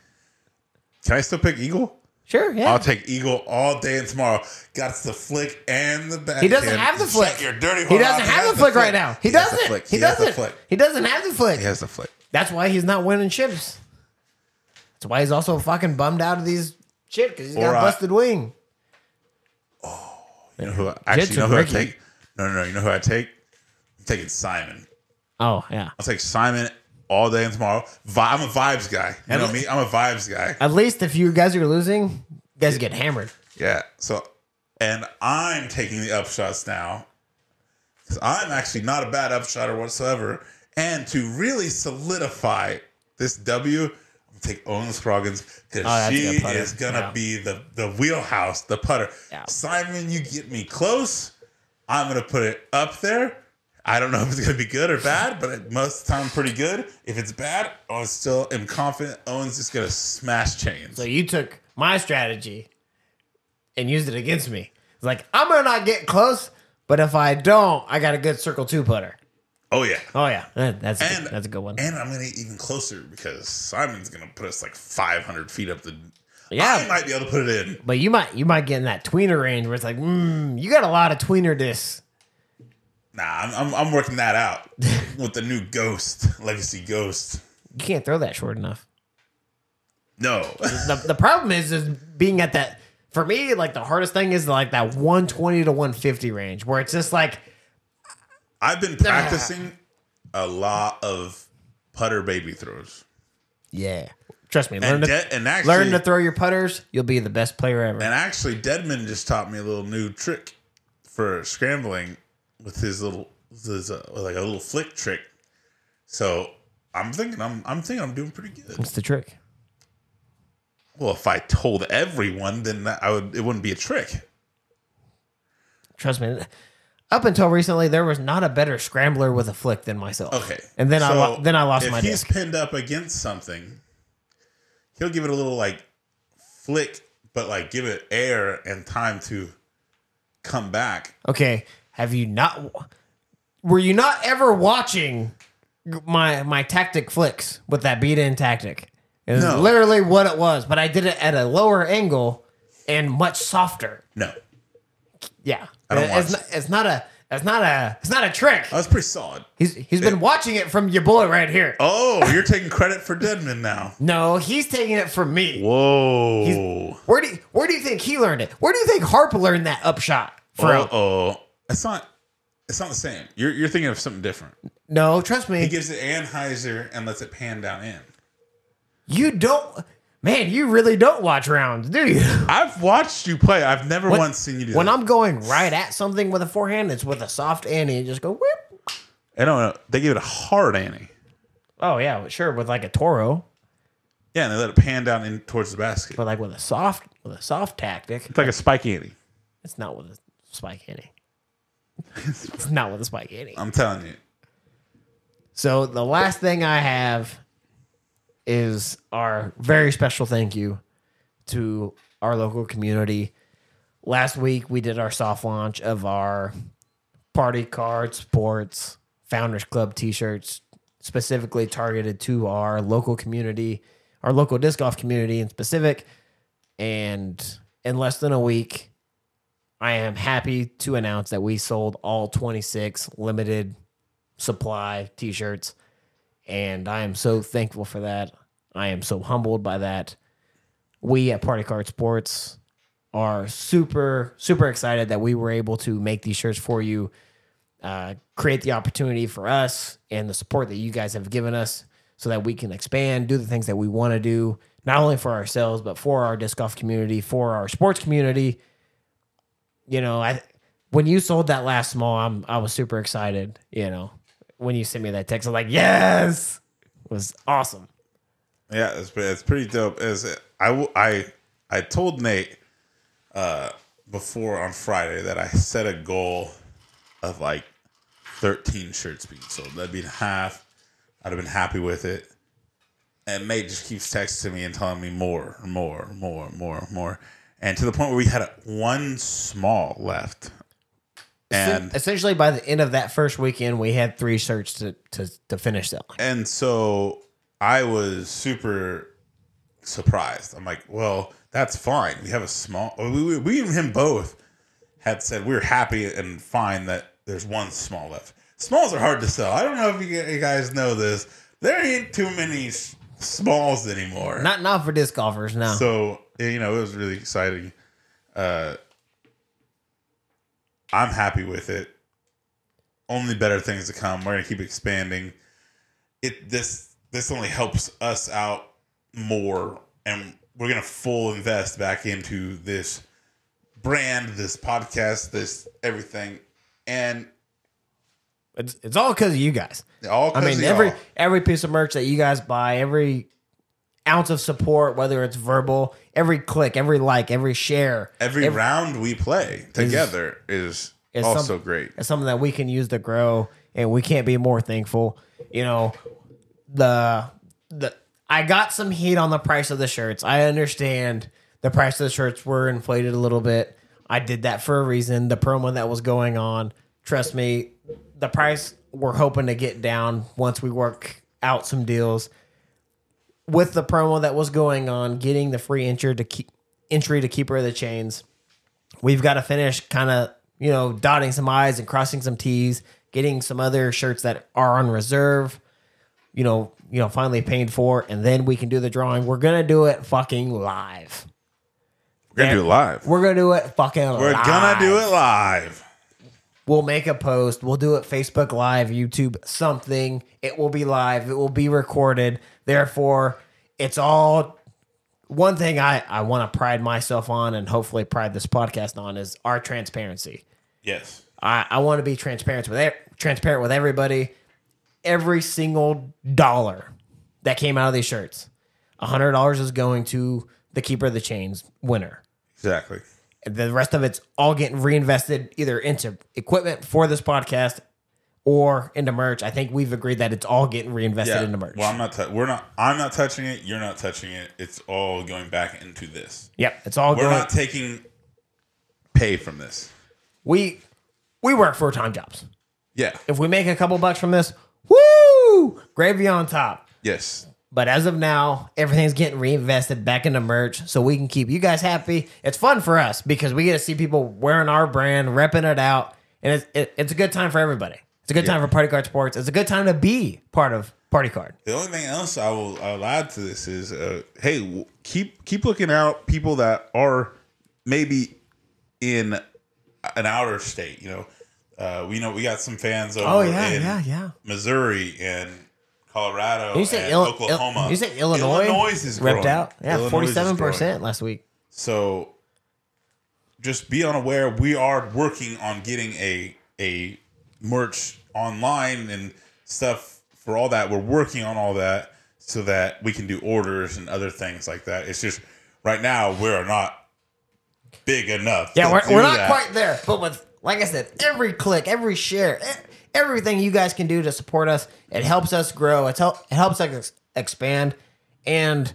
A: Can I still pick Eagle?
B: Sure, yeah.
A: I'll take Eagle all day and tomorrow. Got the flick and the back.
B: He doesn't have the flick.
A: Your dirty
B: he
A: whore
B: doesn't
A: out.
B: have
A: has
B: the flick right now. He,
A: has the
B: doesn't.
A: flick.
B: He,
A: has the
B: doesn't.
A: flick.
B: He doesn't have the flick.
A: He has the flick.
B: That's why he's not winning chips. That's why he's also fucking bummed out of these shit because he's got
A: Or,
B: a
A: uh,
B: busted wing.
A: You know who? I- Actually, you know
B: and
A: who I
B: Ricky.
A: take? No, no, no. You know who I take? I'm taking Simon.
B: Oh yeah.
A: I'll take Simon all day and tomorrow. Vi- I'm a vibes guy. You know me. I'm a vibes guy.
B: At least if you guys are losing, you guys get hammered.
A: Yeah. So, and I'm taking the upshots now because I'm actually not a bad upshotter whatsoever. And to really solidify this W, I'm gonna take Owen Scroggins because
B: Oh, that's a
A: she
B: good putter.
A: is gonna
B: Yeah.
A: be the the wheelhouse, the putter.
B: Yeah.
A: Simon, you get me close. I'm gonna put it up there. I don't know if it's gonna be good or bad, but it- most of the time pretty good. If it's bad, I still am confident Owen's just gonna smash chains.
B: So you took my strategy and used it against me. It's like I'm gonna not get close, but if I don't, I got a good circle two putter.
A: oh yeah.
B: Oh yeah, That- that's a
A: And-
B: good, that's a good one.
A: And I'm gonna get even closer because Simon's gonna put us like 500 feet up the.
B: Yeah.
A: I might be able to put it in.
B: But you might you might get in that tweener range where it's like, mm, you got a lot of tweener discs.
A: Nah, I'm, I'm, I'm working that out with the new Ghost, Legacy Ghost.
B: You can't throw that short enough.
A: No.
B: The, the problem is is being at that for me like the hardest thing is like that 120 to 150 range where it's just like
A: I've been practicing a lot of putter baby throws.
B: yeah trust me learn
A: And,
B: to,
A: de- and actually,
B: learn to throw your putters you'll be the best player ever
A: And actually, Deadman just taught me a little new trick for scrambling with his little, with his, uh, like a little flick trick. So I'm thinking I'm, I'm thinking I'm doing pretty good.
B: what's the trick
A: Well, if I told everyone, then that I would it wouldn't be a trick.
B: trust me up until recently there was not a better scrambler with a flick than myself
A: Okay.
B: and then I
A: So,
B: lo- then I lost
A: if
B: my
A: he's
B: disc
A: pinned up against something, he'll give it a little like flick, but like give it air and time to come back.
B: okay have you not were you not ever watching my my tactic flicks with that beat in tactic It's
A: No.
B: literally what it was but i did it at a lower angle and much softer
A: No.
B: yeah
A: don't
B: it's,
A: watch
B: not, it's not a it's not a it's not a trick
A: I was pretty solid.
B: he's he's been watching it from your boy right here
A: Oh, you're taking credit for Deadman now.
B: no he's taking it from me
A: Whoa.
B: where do you, where do you think he learned it where do you think harp learned that upshot from
A: Uh oh. It's not it's not the same. You're you're thinking of something different.
B: no trust me
A: He gives it Anheuser and lets it pan down in.
B: you don't man you really don't watch rounds do you
A: I've watched you play. I've never once seen you do
B: When
A: that.
B: I'm going right at something with a forehand, it's with a soft ante and just go whip.
A: I don't know. Eh, They give it a hard Annie.
B: Oh yeah, well, sure, with like a toro,
A: Yeah, and they let it pan down in towards the basket.
B: but like with a soft with a soft tactic,
A: It's like a spike Annie.
B: it's not with a spike ante. it's not with a spike ante.
A: I'm telling you.
B: So the last thing I have is our very special thank you to our local community. Last week we did our soft launch of our party cards, sports, founders club t-shirts specifically targeted to our local community, our local disc golf community in specific. And in less than a week, I am happy to announce that we sold all 26 limited supply t-shirts and i am so thankful for that i am so humbled by that we at party card sports are super super excited that we were able to make these shirts for you uh, create the opportunity for us and the support that you guys have given us so that we can expand do the things that we want to do not only for ourselves but for our disc golf community for our sports community you know, I when you sold that last small, I'm I was super excited. You know, when you sent me that text, I'm like, yes, it was awesome.
A: Yeah, it's, pre- it's pretty dope. Is I w- I I told Nate uh, before on Friday that I set a goal of like 13 shirts being sold. That'd been half. I'd have been happy with it. And Nate just keeps texting me and telling me more, more, more, more, more, and to the point where we had one small left. And
B: Essentially, by the end of that first weekend, we had three shirts to to, to finish selling.
A: And so I was super surprised. I'm like, well, that's fine. We have a small. We, we, we even him both had said we are happy and fine that there's one small left. Smalls are hard to sell. I don't know if you g- you guys know this. There ain't too many s- smalls anymore.
B: Not not for disc golfers, no.
A: so
B: Uh-huh.
A: you know it was really exciting. Uh, I'm happy with it. Only better things to come. We're gonna keep expanding. It this this only helps us out more, and we're gonna full invest back into this brand, this podcast, this everything, and
B: it's, it's all because of you guys.
A: all.
B: I
A: 'cause
B: mean,
A: of
B: every
A: y'all.
B: every piece of merch that you guys buy, every ounce of support, whether it's verbal, every click, every like, every share,
A: every, round we play together is,
B: is some-
A: also great.
B: It's something that we can use to grow, and we can't be more thankful. You know, the the I got some heat on the price of the shirts. I understand the price of the shirts were inflated a little bit. I did that for a reason. The promo that was going on, trust me, the price we're hoping to get down once we work out some deals. With the promo that was going on, getting the free entry to keep entry to keeper of the chains, we've got to finish kind of you know dotting some i's and crossing some t's getting some other shirts that are on reserve. You know, you know, finally paid for, and then we can do the drawing. We're gonna do it fucking live.
A: We're gonna do it live.
B: We're gonna do it fucking.
A: We're gonna do it live.
B: We'll make a post. We'll do it Facebook Live, YouTube, something. It will be live. It will be recorded. Therefore, it's all one thing I, I want to pride myself on and hopefully pride this podcast on is our transparency.
A: Yes.
B: I, I want to be transparent with e- transparent with everybody. Every single dollar that came out of these shirts, hundred dollars is going to the keeper of the chains winner
A: Exactly.
B: the rest of it's all getting reinvested either into equipment for this podcast or into merch. I think we've agreed that it's all getting reinvested into merch.
A: Well, I'm not. tou- we're not. I'm not touching it. You're not touching it. It's all going back into this.
B: yep, it's all
A: We're
B: going.
A: not taking pay from this.
B: we we work full time jobs.
A: Yeah.
B: If we make a couple bucks from this, woo, gravy on top.
A: Yes.
B: But as of now, everything's getting reinvested back into merch so we can keep you guys happy. It's fun for us because we get to see people wearing our brand, repping it out, and it's, it, it's a good time for everybody. It's a good time for Party Card Sports. It's a good time to be part of Party Card.
A: The only thing else I will I'll add to this is, uh, hey, w- keep keep looking out people that are maybe in an outer state. You know, uh, we know we got some fans over
B: Oh, yeah,
A: in
B: yeah, yeah.
A: Missouri and Colorado.
B: You said
A: and
B: Ill-
A: Oh, Oklahoma.
B: Ill- you said Illinois.
A: Illinois is
B: ripped
A: growing.
B: out. Yeah,
A: Illinois is
B: forty seven
A: growing.
B: percent last week.
A: So just be unaware we are working on getting a a merch online and stuff for all that. We're working on all that so that we can do orders and other things like that. It's just right now we're not big enough.
B: Yeah,
A: to
B: we're,
A: do
B: we're not
A: that.
B: quite there, but with like I said, every click, every share, e- everything you guys can do to support us, it helps us grow. It's help, it helps us ex- expand. And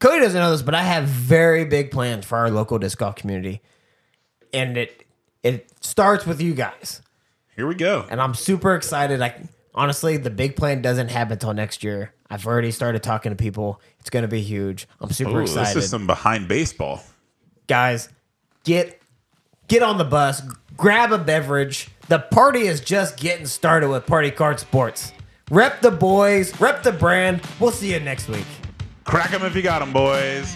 B: Cody doesn't know this, but I have very big plans for our local disc golf community, and it it starts with you guys.
A: Here we go.
B: and I'm super excited. Like honestly, the big plan doesn't happen until next year. I've already started talking to people. It's going to be huge. I'm super
A: Ooh, this
B: excited,
A: is some behind baseball.
B: guys. Get get on the bus, grab a beverage. The party is just getting started with Party Card Sports. Rep the boys, rep the brand. We'll see you next week.
A: Crack them if you got them, boys.